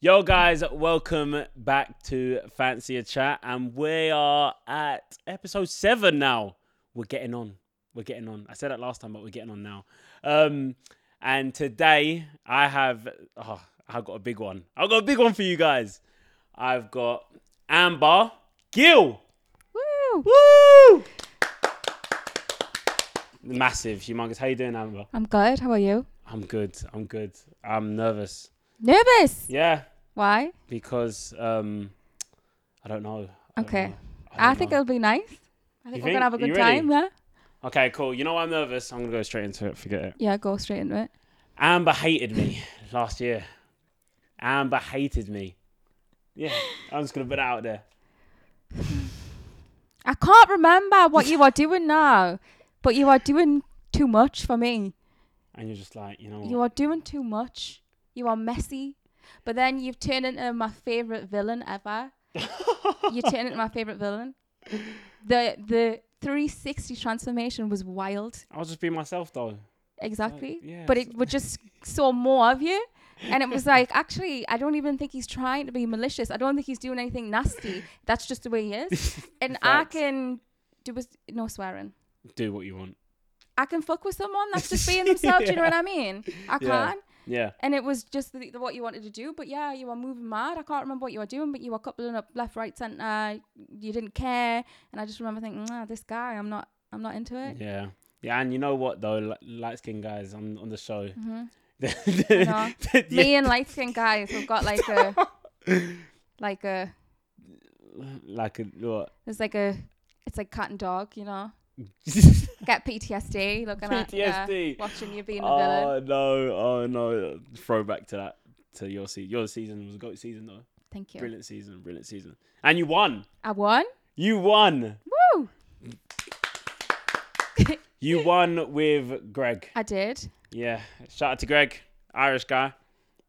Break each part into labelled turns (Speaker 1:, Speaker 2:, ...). Speaker 1: Yo, guys, welcome back to Fancier Chat, and we are at episode seven now. We're getting on. We're getting on. I said that last time, but we're getting on now. Um, and today I have, oh, I've got a big one. I've got a big one for you guys. I've got Amber Gill.
Speaker 2: Woo!
Speaker 1: Woo! Massive humongous. How you doing, Amber?
Speaker 2: I'm good. How are you?
Speaker 1: I'm good. I'm good. I'm nervous.
Speaker 2: Nervous.
Speaker 1: Yeah,
Speaker 2: Why?
Speaker 1: because um, I don't know. I don't
Speaker 2: Okay.
Speaker 1: know.
Speaker 2: I,
Speaker 1: don't
Speaker 2: think
Speaker 1: know.
Speaker 2: it'll be nice. I think
Speaker 1: You
Speaker 2: we're
Speaker 1: think?
Speaker 2: gonna have a
Speaker 1: You
Speaker 2: good
Speaker 1: ready?
Speaker 2: time. Yeah.
Speaker 1: Okay, cool. You know why I'm nervous. I'm gonna go straight into it. Forget it.
Speaker 2: Yeah. Go straight into it.
Speaker 1: Amber hated me last year. Amber hated me. Yeah, I'm just gonna put it out there.
Speaker 2: I can't remember what you are doing now, but you are doing too much for me.
Speaker 1: And you're just like, you know, what?
Speaker 2: You are doing too much. You are messy. But then you've turned into my favorite villain ever. you turned into my favorite villain. The the 360 transformation was wild.
Speaker 1: I'll just be myself though.
Speaker 2: Exactly.
Speaker 1: yeah,
Speaker 2: But
Speaker 1: it's-
Speaker 2: it was just saw more of you. And it was like, actually, I don't even think he's trying to be malicious. I don't think he's doing anything nasty. That's just the way he is. And I
Speaker 1: Facts.
Speaker 2: can do with no swearing.
Speaker 1: Do what you want.
Speaker 2: I can fuck with someone that's just being themselves. Do you know what I mean? I
Speaker 1: Yeah.
Speaker 2: can.
Speaker 1: Yeah.
Speaker 2: And it was just the, the, what you wanted to do. But yeah, you were moving mad. I can't remember what you were doing, but you were coupling up left, right, center. You didn't care. And I just remember thinking, nah, this guy, I'm not, I'm not into it.
Speaker 1: Yeah. Yeah, and you know what though, Li- light skinned guys on on the show.
Speaker 2: know. Mm-hmm. Me and light skinned guys have got like a, like a,
Speaker 1: like a what?
Speaker 2: It's like a, it's like cat and dog, you know. Get PTSD looking at yeah,
Speaker 1: PTSD.
Speaker 2: watching you being a villain.
Speaker 1: Oh no! Oh no! Throwback to that to your season. Your season was a goat season though.
Speaker 2: Thank you.
Speaker 1: Brilliant season, brilliant season, and you won.
Speaker 2: I won.
Speaker 1: You won.
Speaker 2: Woo!
Speaker 1: You won with Greg.
Speaker 2: I did.
Speaker 1: Yeah. Shout out to Greg, Irish guy.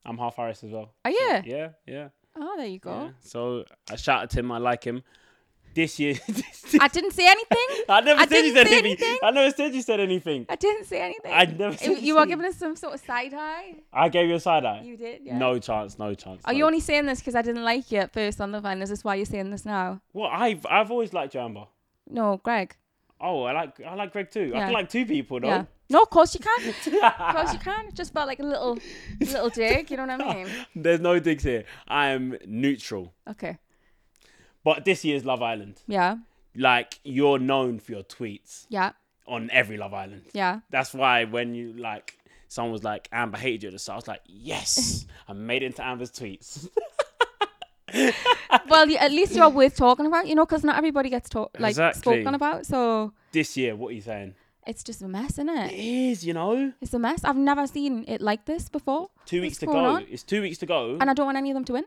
Speaker 1: I'm half Irish as well.
Speaker 2: Oh yeah.
Speaker 1: Yeah, yeah.
Speaker 2: Oh, there you go.
Speaker 1: yeah. So I shouted to him. I like him. This year,
Speaker 2: I didn't say anything.
Speaker 1: I never
Speaker 2: I
Speaker 1: said you
Speaker 2: didn't
Speaker 1: said
Speaker 2: say
Speaker 1: anything.
Speaker 2: anything.
Speaker 1: I never said you said anything.
Speaker 2: I didn't say anything.
Speaker 1: I never said
Speaker 2: You-
Speaker 1: you
Speaker 2: you were
Speaker 1: said
Speaker 2: giving us some sort of side eye.
Speaker 1: I gave you a side eye.
Speaker 2: You did. Yeah.
Speaker 1: No chance. No chance.
Speaker 2: Are
Speaker 1: no.
Speaker 2: you only saying this because I didn't like you at first on Love Island? Is this why you're saying this now?
Speaker 1: Well, I've I've always liked you, Amber.
Speaker 2: No, Greg.
Speaker 1: Oh, I like I like Greg too. I
Speaker 2: Yeah.
Speaker 1: can like two people though.
Speaker 2: Yeah. No, of course you can. of course you can. It just felt like a little, little dig. You know what I mean?
Speaker 1: There's no digs here. I am neutral.
Speaker 2: Okay.
Speaker 1: But this year's Love Island,
Speaker 2: Yeah.
Speaker 1: like you're known for your tweets
Speaker 2: Yeah.
Speaker 1: on every Love Island.
Speaker 2: Yeah.
Speaker 1: That's why when you like someone was like Amber hated you at the start, I was like, yes, I made it into Amber's tweets.
Speaker 2: well, you, at least you're worth talking about, you know, because not everybody gets talk like
Speaker 1: Exactly.
Speaker 2: spoken about. So
Speaker 1: this year, what are you saying?
Speaker 2: it's just a mess, isn't
Speaker 1: It
Speaker 2: it?
Speaker 1: is, you know,
Speaker 2: It's a mess. I've never seen it like this before.
Speaker 1: two
Speaker 2: What's
Speaker 1: weeks to go.
Speaker 2: going on?
Speaker 1: It's two weeks to go.
Speaker 2: And I don't want any of them to win.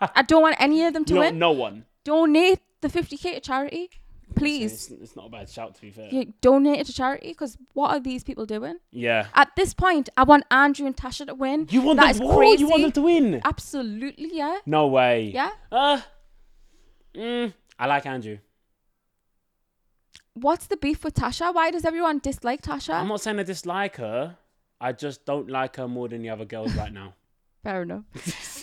Speaker 2: I don't want any of them to
Speaker 1: you
Speaker 2: win.
Speaker 1: no one.
Speaker 2: Donate the 50k to charity,
Speaker 1: It's,
Speaker 2: please.
Speaker 1: it's not a bad shout to be fair.
Speaker 2: You donate it to charity because what are these people doing?
Speaker 1: Yeah.
Speaker 2: At this point, I want Andrew and Tasha to win.
Speaker 1: You want
Speaker 2: That
Speaker 1: them?
Speaker 2: is
Speaker 1: oh,
Speaker 2: crazy.
Speaker 1: You want them to win?
Speaker 2: Absolutely, yeah,
Speaker 1: No way.
Speaker 2: yeah.
Speaker 1: Uh, mm, I like Andrew.
Speaker 2: What's the beef with Tasha? Why does everyone dislike Tasha?
Speaker 1: I'm not saying I dislike her. I just don't like her more than the other girls right now.
Speaker 2: Fair enough.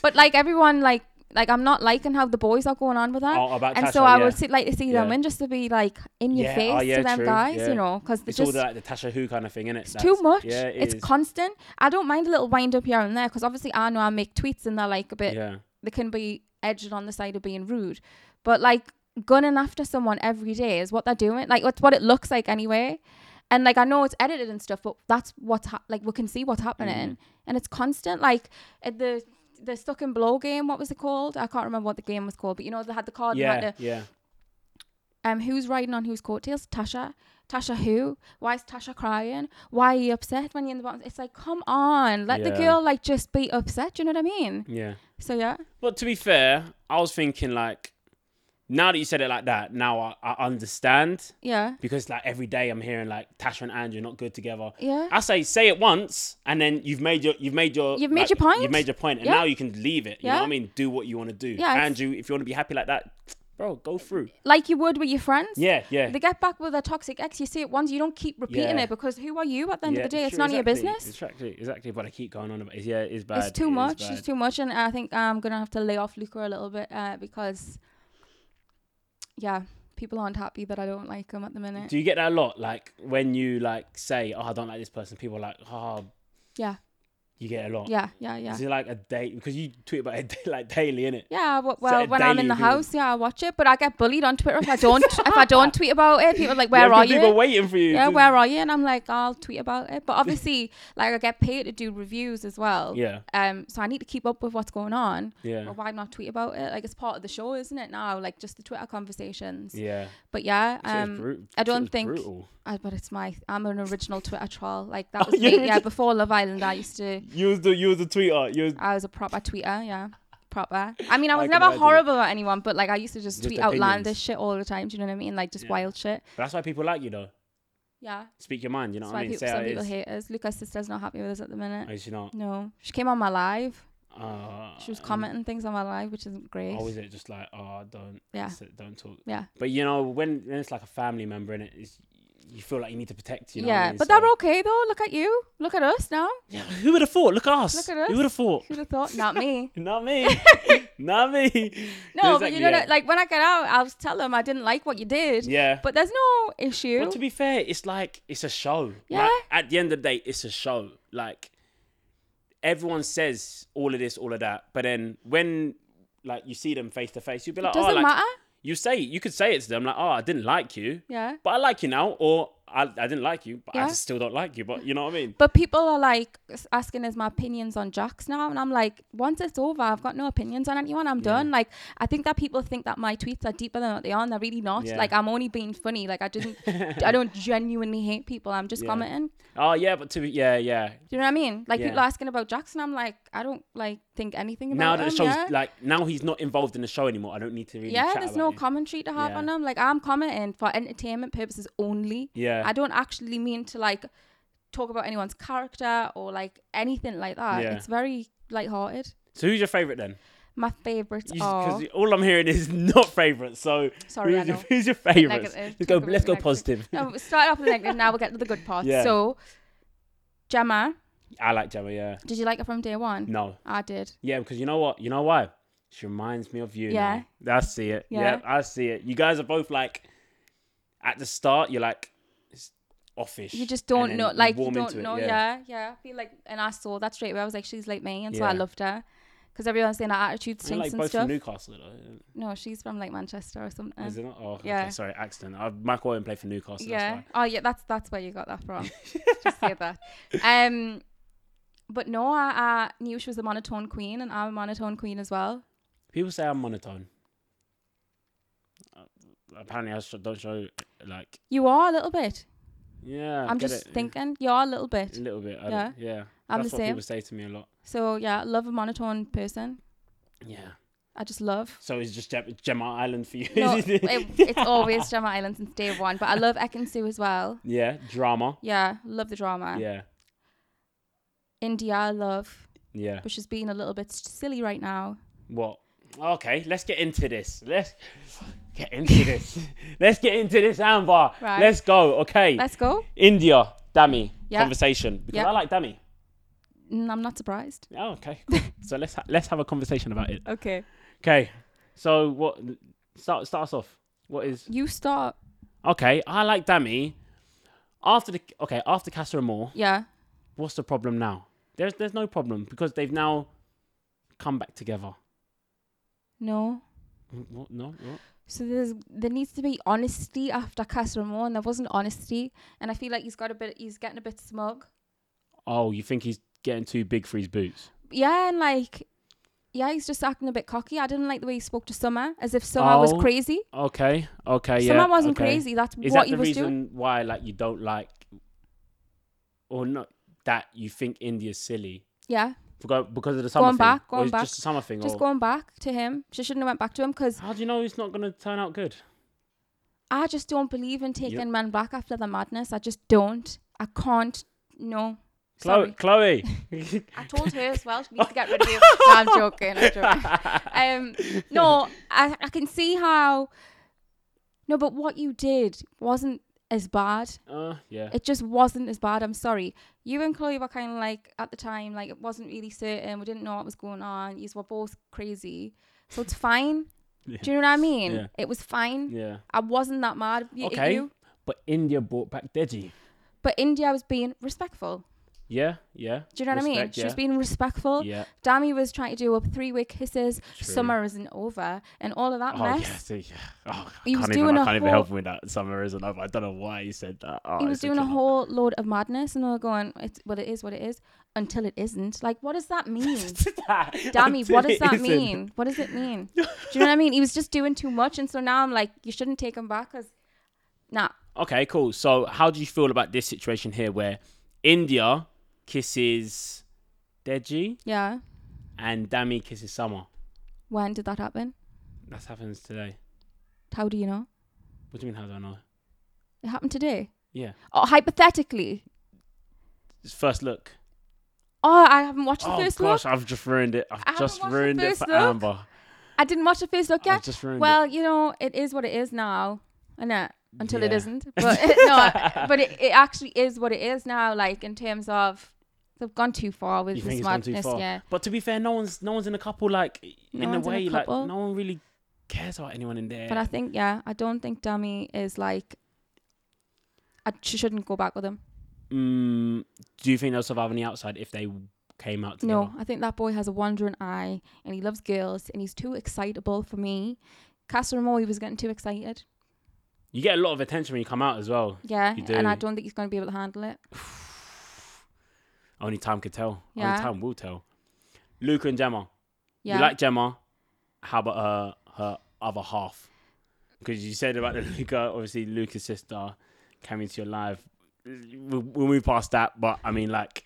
Speaker 2: but like everyone, like like I'm not liking how the boys are going on with that.
Speaker 1: Oh, about
Speaker 2: and
Speaker 1: Tasha,
Speaker 2: so I
Speaker 1: yeah.
Speaker 2: would sit, like to see them
Speaker 1: Yeah.
Speaker 2: in just to be like in your
Speaker 1: Yeah,
Speaker 2: face
Speaker 1: oh, yeah,
Speaker 2: to them
Speaker 1: true,
Speaker 2: guys,
Speaker 1: yeah.
Speaker 2: you know, because
Speaker 1: It's
Speaker 2: it's
Speaker 1: all
Speaker 2: just
Speaker 1: the, like the Tasha Who kind of thing, innit?
Speaker 2: it's too much.
Speaker 1: Yeah, it
Speaker 2: it's
Speaker 1: is.
Speaker 2: constant. I don't mind a little wind up here and there because obviously I know I make tweets and they're like a bit
Speaker 1: yeah.
Speaker 2: they can be edged on the side of being rude, but like gunning after someone every day is what they're doing. Like that's what it looks like anyway. And like I know it's edited and stuff, but that's what's hap like we can see what's happening,
Speaker 1: Mm-hmm.
Speaker 2: and it's constant. Like at the the stuck and blow game, what was it called? I can't remember what the game was called, but you know they had the card. And
Speaker 1: Yeah,
Speaker 2: had to,
Speaker 1: yeah.
Speaker 2: um, who's riding on whose coattails? Tasha. Tasha who? Why is Tasha crying? Why are you upset when you're in the bottom? It's like, come on, let
Speaker 1: Yeah.
Speaker 2: the girl like just be upset. Do you know what I mean?
Speaker 1: Yeah.
Speaker 2: So yeah,
Speaker 1: But to be fair, I was thinking like, now that you said it like that, now I, I understand
Speaker 2: yeah,
Speaker 1: because like every day I'm hearing like Tasha and Andrew not good together.
Speaker 2: yeah.
Speaker 1: I say say it once, and then you've made your you've made your
Speaker 2: You've made
Speaker 1: like,
Speaker 2: your point.
Speaker 1: You've made your point, and
Speaker 2: Yeah.
Speaker 1: now you can leave it. You know
Speaker 2: Yeah.
Speaker 1: what I mean? Do what you want to do.
Speaker 2: Yeah, it's-
Speaker 1: Andrew, if you want to be happy like that, bro, go through.
Speaker 2: like you would with your friends.
Speaker 1: Yeah, yeah.
Speaker 2: They get back with their toxic ex. You see it once, you don't keep repeating
Speaker 1: Yeah.
Speaker 2: it because who are you at the end
Speaker 1: yeah,
Speaker 2: of the day? It's
Speaker 1: sure,
Speaker 2: none
Speaker 1: exactly,
Speaker 2: of your business.
Speaker 1: Exactly, exactly. But I keep going on about it. Yeah, it's bad.
Speaker 2: It's too
Speaker 1: it is
Speaker 2: much.
Speaker 1: bad.
Speaker 2: It's too much, and I think um, I'm gonna have to lay off Luca a little bit uh, because, yeah, people aren't happy that I don't like him at the minute.
Speaker 1: Do you get that a lot? Like when you like say, "Oh, I don't like this person," people are like, "Oh,
Speaker 2: Yeah.
Speaker 1: You get it a lot.
Speaker 2: yeah, yeah, yeah,
Speaker 1: Is it like a date? Because you tweet about it like daily, innit?
Speaker 2: yeah. Well,
Speaker 1: that
Speaker 2: well
Speaker 1: a
Speaker 2: when I'm
Speaker 1: daily
Speaker 2: in the
Speaker 1: thing?
Speaker 2: house, yeah, I watch it, but I get bullied on Twitter if I don't if I don't tweet about it. People are like, where
Speaker 1: yeah,
Speaker 2: are
Speaker 1: people People
Speaker 2: you?
Speaker 1: waiting for you.
Speaker 2: Yeah,
Speaker 1: to-
Speaker 2: where are you? And I'm like, I'll tweet about it. But obviously, like, I get paid to do reviews as well.
Speaker 1: Yeah,
Speaker 2: Um, so I need to keep up with what's going on.
Speaker 1: yeah,
Speaker 2: Well, why not tweet about it? Like it's part of the show, isn't it? Now, like just the Twitter conversations.
Speaker 1: yeah.
Speaker 2: But yeah,
Speaker 1: Shit was
Speaker 2: um,
Speaker 1: bru-
Speaker 2: I
Speaker 1: shit
Speaker 2: don't
Speaker 1: was
Speaker 2: think-
Speaker 1: brutal.
Speaker 2: I, but it's my I'm an original Twitter troll. Like that
Speaker 1: Oh,
Speaker 2: was
Speaker 1: you're
Speaker 2: me. Yeah,
Speaker 1: just-
Speaker 2: before Love Island, I used to.
Speaker 1: you was the you was the tweeter. You was
Speaker 2: I was a proper tweeter. Yeah, proper. I mean, I
Speaker 1: I
Speaker 2: was
Speaker 1: can
Speaker 2: never
Speaker 1: imagine.
Speaker 2: horrible at anyone, but like I used to just,
Speaker 1: Just
Speaker 2: tweet
Speaker 1: opinions.
Speaker 2: outlandish shit all the time. Do you know what I mean? Like just
Speaker 1: Yeah.
Speaker 2: wild shit.
Speaker 1: That's why people like you though.
Speaker 2: Yeah.
Speaker 1: Speak your mind. You know
Speaker 2: That's
Speaker 1: what I
Speaker 2: why
Speaker 1: mean.
Speaker 2: people,
Speaker 1: Say how
Speaker 2: some
Speaker 1: it
Speaker 2: people
Speaker 1: is.
Speaker 2: hate us. Luca's sister's not happy with us at the minute.
Speaker 1: Oh, is she not?
Speaker 2: no, she came on my live.
Speaker 1: Uh,
Speaker 2: She was
Speaker 1: um,
Speaker 2: commenting things on my live, which isn't great.
Speaker 1: Oh, is it just like oh don't
Speaker 2: Yeah.
Speaker 1: sit- don't talk?
Speaker 2: Yeah.
Speaker 1: But you know when, when it's like a family member and it's you feel like you need to protect. You know what I
Speaker 2: yeah,
Speaker 1: mean?
Speaker 2: but
Speaker 1: So-
Speaker 2: they're okay though. Look at you. Look at us now.
Speaker 1: Yeah, who would have thought? Look at us.
Speaker 2: Look at
Speaker 1: Who
Speaker 2: us.
Speaker 1: would have thought?
Speaker 2: Who'd have thought? Not me.
Speaker 1: Not me. Not me.
Speaker 2: No, but
Speaker 1: Exactly,
Speaker 2: you know,
Speaker 1: yeah.
Speaker 2: that, like when I get out, I'll tell them I didn't like what you did.
Speaker 1: Yeah.
Speaker 2: But there's no issue.
Speaker 1: But to be fair, it's like it's a show.
Speaker 2: Yeah.
Speaker 1: Like, at the end of the day, it's a show. Like everyone says all of this, all of that, but then when like you see them face to face, you'd be like, oh,
Speaker 2: Doesn't
Speaker 1: like
Speaker 2: matter.
Speaker 1: you say you could say it to them like, oh, I didn't like you,
Speaker 2: Yeah.
Speaker 1: but I like you now, or I, I didn't like you, but I
Speaker 2: Yeah.
Speaker 1: just still don't like you. But you know what I mean?
Speaker 2: But people are like s- asking us my opinions on Jacks now, and I'm like, once it's over, I've got no opinions on anyone. I'm done. Like, I think that people think that my tweets are deeper than what they are, and they're really not.
Speaker 1: Yeah.
Speaker 2: Like, I'm only being funny. Like, I didn't, I don't genuinely hate people. I'm just
Speaker 1: Yeah.
Speaker 2: commenting.
Speaker 1: Oh yeah, but to be yeah yeah.
Speaker 2: Do you know what I mean? Like,
Speaker 1: Yeah.
Speaker 2: people are asking about Jackson. I'm like, I don't like think anything about
Speaker 1: Now that the
Speaker 2: him,
Speaker 1: show's
Speaker 2: yeah?
Speaker 1: like now he's not involved in the show anymore. I don't need to really.
Speaker 2: yeah
Speaker 1: chat
Speaker 2: there's
Speaker 1: about
Speaker 2: no
Speaker 1: it.
Speaker 2: commentary to have
Speaker 1: Yeah.
Speaker 2: on them like i'm commenting for entertainment purposes only
Speaker 1: Yeah.
Speaker 2: i don't actually mean to like talk about anyone's character or like anything like that
Speaker 1: Yeah.
Speaker 2: it's very light-hearted
Speaker 1: so who's your favorite then?
Speaker 2: my favorites are
Speaker 1: Because all I'm hearing is not favorite. So
Speaker 2: Sorry, I
Speaker 1: who's, your,
Speaker 2: know.
Speaker 1: who's your favorite?
Speaker 2: Negative.
Speaker 1: Let's go.
Speaker 2: Talk about
Speaker 1: Let's go
Speaker 2: negative.
Speaker 1: positive.
Speaker 2: no, we start off with the negative now we'll get to the good parts
Speaker 1: Yeah.
Speaker 2: so gemma
Speaker 1: I like Gemma. Yeah.
Speaker 2: did you like it from day one
Speaker 1: No.
Speaker 2: i did
Speaker 1: Yeah, because you know what? You know why? She reminds me of you.
Speaker 2: Yeah.
Speaker 1: Now. I see it. Yeah.
Speaker 2: Yeah.
Speaker 1: I see it. You guys are both like, at the start, you're like, it's offish.
Speaker 2: you just
Speaker 1: and
Speaker 2: don't
Speaker 1: then
Speaker 2: know like you
Speaker 1: warm
Speaker 2: don't
Speaker 1: into it,
Speaker 2: know yeah. yeah i feel like and i saw that straight away i was like she's like me and so i
Speaker 1: Yeah.
Speaker 2: loved her because everyone's saying her attitude
Speaker 1: You're
Speaker 2: stinks
Speaker 1: like both
Speaker 2: and stuff
Speaker 1: from Newcastle, though.
Speaker 2: no she's from like manchester or something
Speaker 1: Is it not? Oh, okay.
Speaker 2: yeah.
Speaker 1: Sorry, accident. I, Michael Owen played for Newcastle.
Speaker 2: yeah.
Speaker 1: That's
Speaker 2: Oh yeah, that's that's where you got that from. Just say that. Um but no, I, I knew she was a monotone queen and I'm a monotone queen as well.
Speaker 1: why. People say I'm monotone. Uh, Apparently, I sh- don't show like.
Speaker 2: You are a little bit.
Speaker 1: Yeah.
Speaker 2: I'm
Speaker 1: get
Speaker 2: just
Speaker 1: it.
Speaker 2: thinking you are a little
Speaker 1: A
Speaker 2: bit.
Speaker 1: little bit. I
Speaker 2: Yeah.
Speaker 1: yeah. Yeah.
Speaker 2: I'm
Speaker 1: That's
Speaker 2: the
Speaker 1: what
Speaker 2: same.
Speaker 1: people say to me a lot.
Speaker 2: So yeah, love a monotone person.
Speaker 1: Yeah.
Speaker 2: I just love.
Speaker 1: So it's just Gem- Gemma Island for you.
Speaker 2: No, it, it's always Gemma Island since day one, but I love Ekansu as well.
Speaker 1: yeah. Drama.
Speaker 2: Yeah, love the drama.
Speaker 1: Yeah.
Speaker 2: India, I love,
Speaker 1: Yeah.
Speaker 2: but she's being a little bit silly right now.
Speaker 1: What? Okay. Let's get into this. Let's get into this. let's get into this, Amber.
Speaker 2: Right.
Speaker 1: Let's go. Okay.
Speaker 2: Let's go.
Speaker 1: India, Dami,
Speaker 2: Yeah.
Speaker 1: conversation. Because
Speaker 2: Yeah.
Speaker 1: I like Dami.
Speaker 2: Mm, I'm not surprised.
Speaker 1: Oh, okay. cool. so let's ha- let's have a conversation about it.
Speaker 2: Okay.
Speaker 1: Okay. So what? Start start us off. What is?
Speaker 2: You start.
Speaker 1: Okay. I like Dami. After the okay after Casa Amor,
Speaker 2: Yeah.
Speaker 1: what's the problem now? There's there's no problem because they've now come back together.
Speaker 2: No.
Speaker 1: Mm, What? No. What?
Speaker 2: So there's there needs to be honesty after Casramore, and there wasn't honesty. And I feel like he's got a bit, he's getting a bit smug.
Speaker 1: Oh, you think he's getting too big for his boots?
Speaker 2: Yeah, and like, yeah, he's just acting a bit cocky. I didn't like the way he spoke to Summer, as if Summer was
Speaker 1: Oh,
Speaker 2: crazy.
Speaker 1: Okay. Okay. Yeah.
Speaker 2: Summer wasn't
Speaker 1: okay.
Speaker 2: crazy. That's
Speaker 1: Is
Speaker 2: what
Speaker 1: that
Speaker 2: he
Speaker 1: the
Speaker 2: was
Speaker 1: reason
Speaker 2: doing.
Speaker 1: why, like, you don't like, or not that you think India's silly?
Speaker 2: Yeah,
Speaker 1: Because because of the summer
Speaker 2: Going
Speaker 1: thing,
Speaker 2: back,
Speaker 1: or
Speaker 2: going
Speaker 1: it's
Speaker 2: back.
Speaker 1: just the summer thing,
Speaker 2: just
Speaker 1: or
Speaker 2: going back to him. She shouldn't have went back to him because
Speaker 1: how do you know it's not going to turn out good?
Speaker 2: I just don't believe in taking men back after the madness. I just don't. I can't. No,
Speaker 1: Chloe,
Speaker 2: Sorry.
Speaker 1: Chloe.
Speaker 2: I told her as well. She needs to get rid of you. No, I'm joking. I'm joking. Um, no, I, I can see how. No, but what you did wasn't as bad.
Speaker 1: Uh, yeah.
Speaker 2: It just wasn't as bad. I'm sorry. You and Chloe were kind of like at the time, like it wasn't really certain. We didn't know what was going on. You were both crazy, so it's fine.
Speaker 1: Yeah.
Speaker 2: Do you know what I mean?
Speaker 1: Yeah.
Speaker 2: It was fine.
Speaker 1: Yeah.
Speaker 2: I wasn't that mad at you- at
Speaker 1: Okay.
Speaker 2: you,
Speaker 1: But India brought back Deji.
Speaker 2: but India was being respectful.
Speaker 1: Yeah, yeah.
Speaker 2: Do you know what I mean?
Speaker 1: Respect,
Speaker 2: She
Speaker 1: yeah.
Speaker 2: was being respectful.
Speaker 1: Yeah.
Speaker 2: Dammy was trying to do up three way kisses.
Speaker 1: True.
Speaker 2: Summer isn't over, and all of that
Speaker 1: Oh
Speaker 2: mess.
Speaker 1: yeah, see, yeah. Oh, I
Speaker 2: He was
Speaker 1: can't
Speaker 2: doing
Speaker 1: even, I
Speaker 2: a
Speaker 1: can't even
Speaker 2: whole-
Speaker 1: help with that. Summer isn't over. I don't know why he said that. Oh,
Speaker 2: He
Speaker 1: it's
Speaker 2: was doing a
Speaker 1: killer.
Speaker 2: whole load of madness, and we we're going, it's, "Well, it is what it is," until it isn't. Like, what does that mean? Dammy, what does
Speaker 1: It
Speaker 2: that
Speaker 1: isn't.
Speaker 2: mean? What does it mean? Do you know what I mean? He was just doing too much, and so now I'm like, you shouldn't take him back, cause nah,
Speaker 1: Okay, cool. So, how do you feel about this situation here, where India kisses Deji
Speaker 2: yeah.
Speaker 1: and Dami kisses Summer?
Speaker 2: When did that happen?
Speaker 1: That happens today.
Speaker 2: How do you know?
Speaker 1: What do you mean? How do I know?
Speaker 2: It happened today.
Speaker 1: Yeah,
Speaker 2: Oh, hypothetically.
Speaker 1: it's first look.
Speaker 2: Oh, I haven't watched the
Speaker 1: Oh
Speaker 2: first
Speaker 1: gosh,
Speaker 2: look.
Speaker 1: I've just ruined it. I've
Speaker 2: I haven't
Speaker 1: just
Speaker 2: watched the
Speaker 1: ruined it
Speaker 2: first
Speaker 1: for
Speaker 2: look.
Speaker 1: Amber.
Speaker 2: I didn't watch the first look yet.
Speaker 1: I've just ruined it.
Speaker 2: Well, you know, it is what it is now, and it until it
Speaker 1: Yeah.
Speaker 2: isn't. But it, no, but it, it actually is what it is now. Like in terms of they've gone too far with
Speaker 1: You
Speaker 2: this
Speaker 1: think it's gone
Speaker 2: madness.
Speaker 1: too far.
Speaker 2: Yeah,
Speaker 1: But to be fair, no one's no one's in a couple like
Speaker 2: No
Speaker 1: in a
Speaker 2: one's in a
Speaker 1: way like
Speaker 2: couple.
Speaker 1: no one really cares about anyone in there.
Speaker 2: but I think yeah, I don't think Dummy is like. I sh- shouldn't go back with him.
Speaker 1: Mm, do you think they'll survive on the outside if they came out together?
Speaker 2: No, I think that boy has a wandering eye, and he loves girls, and he's too excitable for me. Casa Ramon, was getting too excited.
Speaker 1: You get a lot of attention when you come out as well.
Speaker 2: Yeah,
Speaker 1: You
Speaker 2: and I
Speaker 1: do.
Speaker 2: don't think he's going to be able to handle it.
Speaker 1: Only time could tell.
Speaker 2: Yeah.
Speaker 1: Only time will tell. Luca and Gemma.
Speaker 2: Yeah.
Speaker 1: You like Gemma. How about her her other half? Because you said about the Luca, obviously Luca's sister came into your life. We'll, we'll move past that, but I mean, like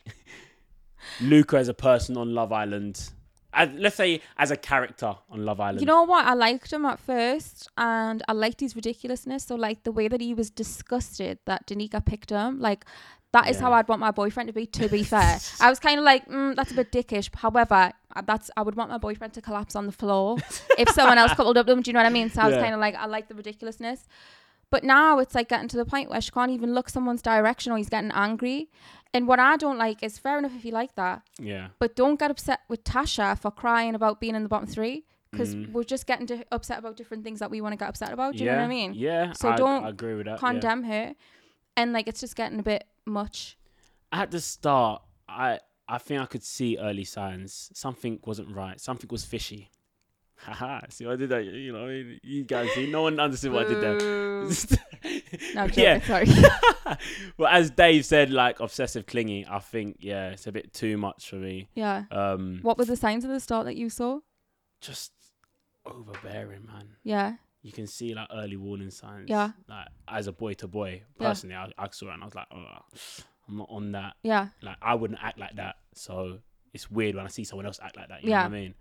Speaker 1: Luca as a person on Love Island, as, let's say as a character on Love Island.
Speaker 2: You know what? I liked him at first, and I liked his ridiculousness. So, like the way that he was disgusted that Danica picked him, like that is how
Speaker 1: Yeah.
Speaker 2: I'd want my boyfriend to be. To be fair, I was kind of like, mm, that's a bit dickish. However, I- that's I would want my boyfriend to collapse on the floor if someone else coupled up with him. Do you know what I mean? So I was
Speaker 1: Yeah.
Speaker 2: kind of like, I like the ridiculousness. But now it's like getting to the point where she can't even look someone's direction, or he's getting angry. And what I don't like is fair enough if you like that,
Speaker 1: yeah.
Speaker 2: but don't get upset with Tasha for crying about being in the bottom three because
Speaker 1: Mm.
Speaker 2: we're just getting di- upset about different things that we want to get upset about. Do you
Speaker 1: yeah,
Speaker 2: know what I mean?
Speaker 1: Yeah.
Speaker 2: So
Speaker 1: I,
Speaker 2: don't
Speaker 1: I agree with that. yeah.
Speaker 2: Condemn her, and like it's just getting a bit much.
Speaker 1: at the start, I I think I could see early signs. Something wasn't right. Something was fishy. Haha. See, I did that. You know, you guys see, no one understood what I did there.
Speaker 2: Boo. no, I'm joking,
Speaker 1: yeah.
Speaker 2: sorry.
Speaker 1: Well, as Dave said, like obsessive clingy. I think yeah, it's a bit too much for me.
Speaker 2: yeah.
Speaker 1: Um,
Speaker 2: What were the signs at the start that you saw?
Speaker 1: just overbearing, man.
Speaker 2: Yeah,
Speaker 1: You can see like early warning signs.
Speaker 2: Yeah.
Speaker 1: Like as a boy to boy,
Speaker 2: Yeah.
Speaker 1: personally, I, I saw it and I was like, oh, I'm not on that.
Speaker 2: yeah.
Speaker 1: like I wouldn't act like that. So it's weird when I see someone else act like that. You
Speaker 2: Yeah.
Speaker 1: know what I mean?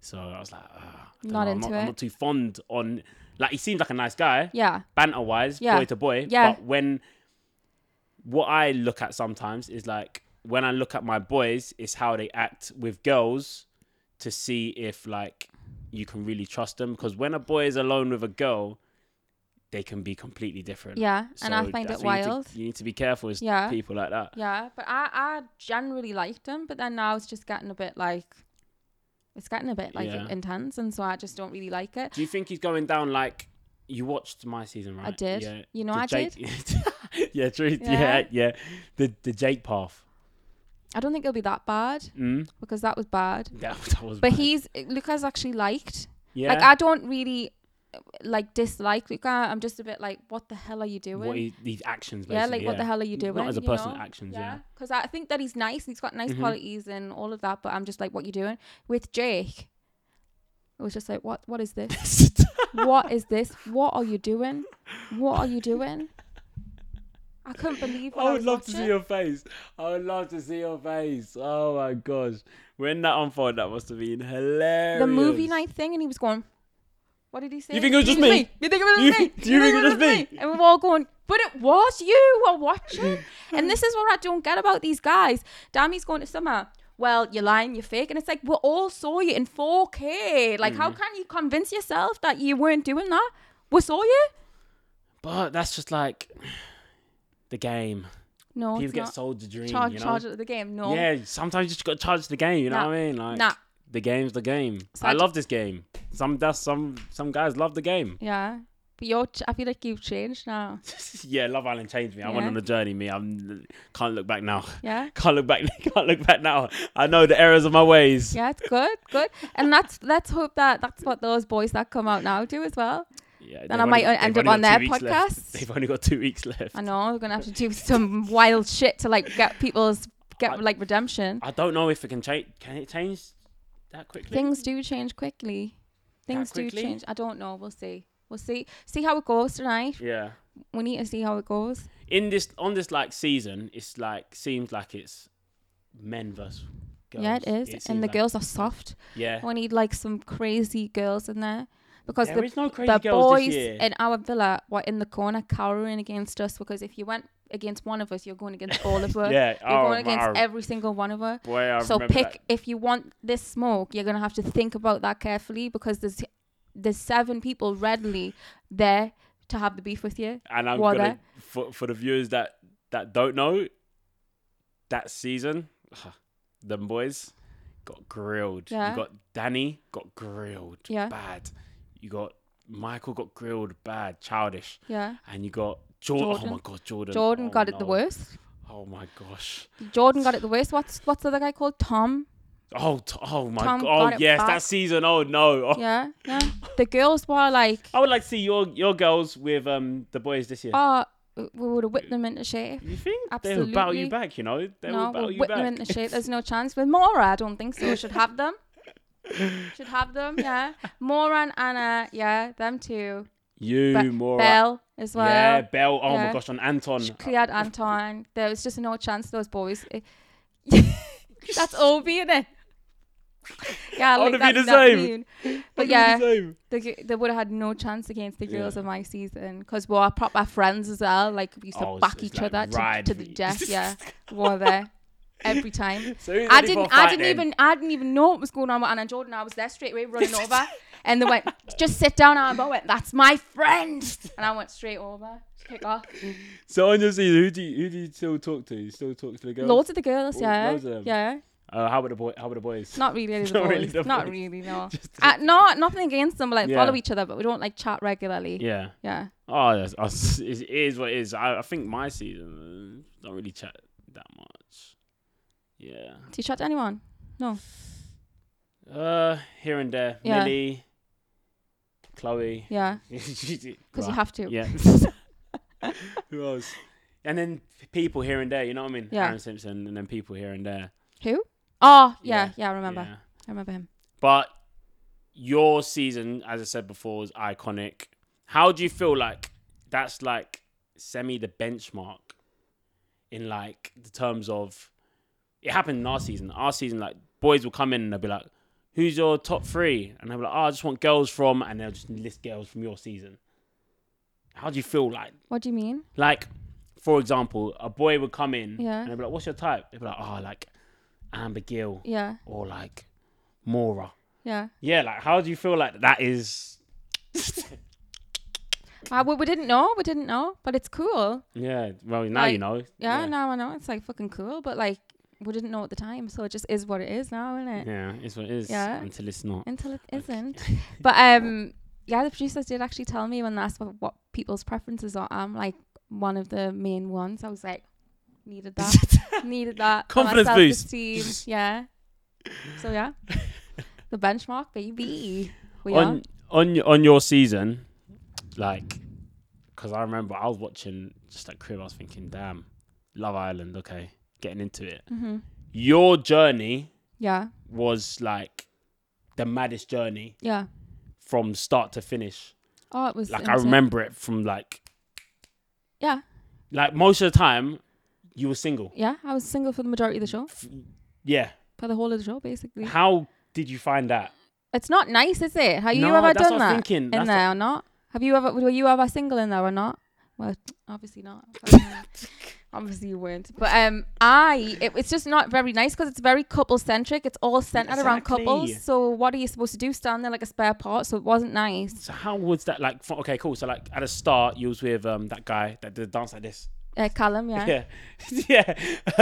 Speaker 1: So I was like, ah, I don't
Speaker 2: Not
Speaker 1: know, I'm
Speaker 2: into
Speaker 1: not, I'm
Speaker 2: it.
Speaker 1: not too fond on. Like he seems like a nice guy,
Speaker 2: Yeah,
Speaker 1: banter wise,
Speaker 2: Yeah.
Speaker 1: boy to boy.
Speaker 2: Yeah.
Speaker 1: But when what I look at sometimes is like when I look at my boys, is how they act with girls to see if like you can really trust them. Because when a boy is alone with a girl, they can be completely different.
Speaker 2: yeah, and I
Speaker 1: So
Speaker 2: find
Speaker 1: that's
Speaker 2: it
Speaker 1: why you need to-
Speaker 2: wild.
Speaker 1: You need to be careful with
Speaker 2: Yeah.
Speaker 1: people like that.
Speaker 2: Yeah, but I I generally liked him, but then now it's just getting a bit like it's getting a bit like
Speaker 1: Yeah.
Speaker 2: intense, and so I just don't really like it.
Speaker 1: Do you think he's going down like you watched my season, right?
Speaker 2: I did.
Speaker 1: Yeah.
Speaker 2: You know,
Speaker 1: The
Speaker 2: I did.
Speaker 1: Jake- yeah, true. Yeah.
Speaker 2: Yeah.
Speaker 1: yeah, The the Jake path.
Speaker 2: I don't think it'll be that bad
Speaker 1: Mm.
Speaker 2: because that was bad.
Speaker 1: That, that was.
Speaker 2: But
Speaker 1: bad.
Speaker 2: he's Luca's actually liked.
Speaker 1: Yeah.
Speaker 2: Like I don't really uh, like dislike Luca. I'm just a bit like, what the hell are you doing?
Speaker 1: what he, these actions, basically.
Speaker 2: yeah, like what the hell are you doing?
Speaker 1: Not as a
Speaker 2: you
Speaker 1: person,
Speaker 2: know?
Speaker 1: actions. Yeah.
Speaker 2: Because I think that he's nice. He's got nice
Speaker 1: Mhm.
Speaker 2: qualities and all of that. But I'm just like, what you doing with Jake? I was just like, what? What is this? what is this? What are you doing? What are you doing? I couldn't believe. When I,
Speaker 1: I would
Speaker 2: was
Speaker 1: love to
Speaker 2: watching.
Speaker 1: see your face. I would love to see your face. Oh my gosh. When that unfolded, that must have been hilarious.
Speaker 2: the movie night thing, and he was going. What did he say?
Speaker 1: You think it was
Speaker 2: "You
Speaker 1: just me?
Speaker 2: You think it was
Speaker 1: You-
Speaker 2: just me?
Speaker 1: do you think it was just me?"
Speaker 2: And we were all going, but it was you were watching. and this is what I don't get about these guys. Dammy's going to summer. Well, you're lying, you're fake. And it's like, we all saw you in 4K. Like,
Speaker 1: Mm-hmm.
Speaker 2: how can you convince yourself that you weren't doing that? We saw you?
Speaker 1: But that's just like the game.
Speaker 2: No,
Speaker 1: People
Speaker 2: it's
Speaker 1: get
Speaker 2: not.
Speaker 1: sold the dream.
Speaker 2: charge,
Speaker 1: you know?
Speaker 2: charge at the game. No.
Speaker 1: Yeah, sometimes you just gotta charge the game. You know
Speaker 2: Nah.
Speaker 1: what I mean? Like
Speaker 2: Nah.
Speaker 1: the game's the game.
Speaker 2: So
Speaker 1: I
Speaker 2: I ju-
Speaker 1: love this game. Some that's some some guys love the game.
Speaker 2: Yeah. But you're, ch- I feel like you've changed now.
Speaker 1: yeah, Love Island changed me. I went
Speaker 2: Yeah.
Speaker 1: on a journey. Me, I can't look back now.
Speaker 2: Yeah.
Speaker 1: Can't look back. Can't look back now. I know the errors of my ways.
Speaker 2: Yeah, it's good, good. And that's let's hope that that's what those boys that come out now do as well.
Speaker 1: Yeah,
Speaker 2: Then
Speaker 1: they've
Speaker 2: I
Speaker 1: only-
Speaker 2: might
Speaker 1: they've
Speaker 2: end
Speaker 1: only
Speaker 2: up on
Speaker 1: got
Speaker 2: their
Speaker 1: two weeks left.
Speaker 2: podcast.
Speaker 1: They've only got two weeks left.
Speaker 2: I know we're gonna have to do some wild shit to like get people's
Speaker 1: I-
Speaker 2: get like redemption.
Speaker 1: I don't know if it can change. Can it change that quickly?
Speaker 2: Things do change quickly. Things
Speaker 1: quickly?
Speaker 2: do change. I don't know. We'll see. We'll see. See how it goes tonight.
Speaker 1: Yeah.
Speaker 2: We need to see how it goes.
Speaker 1: In this on this like season, it's like seems like it's men versus girls.
Speaker 2: Yeah, it is.
Speaker 1: seems
Speaker 2: and the
Speaker 1: like-
Speaker 2: girls are soft.
Speaker 1: Yeah.
Speaker 2: We need like some crazy girls in there because
Speaker 1: There
Speaker 2: the
Speaker 1: is no crazy
Speaker 2: the
Speaker 1: girls
Speaker 2: boys
Speaker 1: this year.
Speaker 2: in our villa were in the corner cowering against us because if you went against one of us, you're going against all of us.
Speaker 1: Yeah,
Speaker 2: You're
Speaker 1: oh,
Speaker 2: going against
Speaker 1: wow.
Speaker 2: every single one of us.
Speaker 1: Boy, I
Speaker 2: so
Speaker 1: remember
Speaker 2: pick
Speaker 1: that.
Speaker 2: if you want this smoke, you're gonna have to think about that carefully because there's there's seven people readily there to have the beef with you.
Speaker 1: And I'm
Speaker 2: Were
Speaker 1: gonna for for the viewers that that don't know, that season, them boys got grilled. You
Speaker 2: Yeah.
Speaker 1: got Danny got grilled.
Speaker 2: Yeah.
Speaker 1: Bad. You got Michael got grilled bad, childish.
Speaker 2: Yeah.
Speaker 1: And you got Jordan.
Speaker 2: Jordan.
Speaker 1: Oh my god, Jordan.
Speaker 2: Jordan
Speaker 1: Oh,
Speaker 2: got it the
Speaker 1: no.
Speaker 2: worst.
Speaker 1: Oh my gosh.
Speaker 2: Jordan got it the worst. What's what's the other guy called? Tom.
Speaker 1: Oh, t- oh my
Speaker 2: Tom
Speaker 1: god.
Speaker 2: got
Speaker 1: Oh
Speaker 2: it
Speaker 1: yes, that
Speaker 2: back.
Speaker 1: season. Oh no. Oh,
Speaker 2: Yeah, yeah. The girls were like,
Speaker 1: I would like to see your your girls with um the boys this year.
Speaker 2: oh, we would have whipped them into shape.
Speaker 1: You think they will battle you
Speaker 2: Absolutely.
Speaker 1: back? You know they
Speaker 2: no,
Speaker 1: will battle
Speaker 2: we'll
Speaker 1: you
Speaker 2: whip
Speaker 1: back.
Speaker 2: them into shape. There's no chance. With Mora, I don't think so. Should have them. Should have them, yeah. Mora and Anna, yeah, them too.
Speaker 1: You
Speaker 2: Be-
Speaker 1: more.
Speaker 2: Belle as well.
Speaker 1: yeah, Bell. Oh my
Speaker 2: yeah.
Speaker 1: gosh, on Anton.
Speaker 2: She cleared Anton. There was just no chance those boys. eh, That's Obi in it. Yeah,
Speaker 1: I
Speaker 2: like
Speaker 1: wanna be
Speaker 2: that,
Speaker 1: the
Speaker 2: that
Speaker 1: same.
Speaker 2: mean. But
Speaker 1: Look at
Speaker 2: yeah,
Speaker 1: his name.
Speaker 2: the, g- they would have had no chance against the girls
Speaker 1: Yeah.
Speaker 2: of my season because we were proper friends as well. Like we used to
Speaker 1: Oh, it's-
Speaker 2: back
Speaker 1: it's
Speaker 2: each
Speaker 1: like
Speaker 2: other to,
Speaker 1: ride
Speaker 2: to the
Speaker 1: me.
Speaker 2: death. Yeah, we were there every time.
Speaker 1: So who's
Speaker 2: I
Speaker 1: ready for
Speaker 2: didn't.
Speaker 1: a
Speaker 2: I
Speaker 1: fight
Speaker 2: didn't
Speaker 1: then?
Speaker 2: even. I didn't even know what was going on with Anna and Jordan. I was there straight away running over, and they went, "Just sit down." Anna and I went, "That's my friend," and I went straight over to kick off.
Speaker 1: So on your season, who do you, who do you still talk to? You still talk to the girls?
Speaker 2: Loads of the girls,
Speaker 1: Oh,
Speaker 2: yeah,
Speaker 1: loads of them.
Speaker 2: yeah.
Speaker 1: Uh, how about the boy? How about the boys?
Speaker 2: Not really, the
Speaker 1: Not
Speaker 2: boys.
Speaker 1: really the
Speaker 2: Not
Speaker 1: boys.
Speaker 2: really, no.
Speaker 1: Just-
Speaker 2: uh, no, nothing against them. But like
Speaker 1: Yeah.
Speaker 2: follow each other, but we don't like chat regularly. Yeah.
Speaker 1: Yeah. Oh, that's, that's, it is what it is. I, I think my season uh, don't really chat that much. Yeah.
Speaker 2: Do you chat to anyone? No.
Speaker 1: Uh, here and there.
Speaker 2: Yeah.
Speaker 1: Millie, Chloe.
Speaker 2: Yeah,
Speaker 1: Because
Speaker 2: because you have to.
Speaker 1: Yeah. Who else? And then people here and there. You know what I mean?
Speaker 2: Yeah.
Speaker 1: Aaron Simpson, and then people here and there.
Speaker 2: Who? Oh, yeah,
Speaker 1: Yeah,
Speaker 2: yeah, I remember.
Speaker 1: Yeah.
Speaker 2: I remember him.
Speaker 1: But your season, as I said before, was iconic. How do you feel like that's like semi the benchmark in like the terms of it happened in our season. Our season, like boys will come in and they'll be like, Who's your top three? And they'll be like, Oh, I just want girls from and they'll just list girls from your season. How do you feel like
Speaker 2: What do you mean?
Speaker 1: like, for example, a boy would come in
Speaker 2: Yeah.
Speaker 1: and they'd be like, What's your type? They'd be like, Oh, like Amber Gill
Speaker 2: Yeah,
Speaker 1: or like Mora.
Speaker 2: yeah.
Speaker 1: Yeah, like how do you feel like that is?
Speaker 2: Uh, we, we didn't know. We didn't know, but it's cool.
Speaker 1: Yeah, well now you
Speaker 2: Like,
Speaker 1: know.
Speaker 2: Yeah,
Speaker 1: yeah.
Speaker 2: now I know it's like fucking cool, but like we didn't know at the time, so it just is what it is now, isn't it?
Speaker 1: Yeah, it's what it is
Speaker 2: Yeah.
Speaker 1: until it's not.
Speaker 2: Until it isn't. but um, yeah, the producers did actually tell me when they asked what, what people's preferences are. I'm like one of the main ones. I was like, needed that, needed that. for my
Speaker 1: Confidence boost.
Speaker 2: self-esteem. Yeah. So yeah, the benchmark, baby. We are.
Speaker 1: on on your- on your season, like, because I remember I was watching just like crib. I was thinking, damn, Love Island. Okay, getting into it.
Speaker 2: Mhm.
Speaker 1: Your journey
Speaker 2: Yeah,
Speaker 1: was like the maddest journey
Speaker 2: yeah.
Speaker 1: from start to finish.
Speaker 2: Oh, it was
Speaker 1: Like I
Speaker 2: insane.
Speaker 1: remember it from like
Speaker 2: Yeah,
Speaker 1: like most of the time you were single.
Speaker 2: yeah. I was single for the majority of the show,
Speaker 1: Yeah.
Speaker 2: for the whole of the show, basically.
Speaker 1: How did you find that?
Speaker 2: It's not nice, is it? Have you
Speaker 1: No,
Speaker 2: ever
Speaker 1: that's what
Speaker 2: done
Speaker 1: I was
Speaker 2: that
Speaker 1: thinking.
Speaker 2: in
Speaker 1: That's
Speaker 2: there or not? Have you ever were you ever single in there or not? Well, obviously not. Fucking- obviously you weren't. But um, I it, it's just not very nice because it's very couple centric. It's all centered around
Speaker 1: Exactly.
Speaker 2: couples. So what are you supposed to do? Stand there like a spare part? So it wasn't nice.
Speaker 1: So how was that like? For, okay, cool. So like at the start, you was with um that guy that did the dance like this.
Speaker 2: Uh, Callum, yeah.
Speaker 1: Yeah, yeah,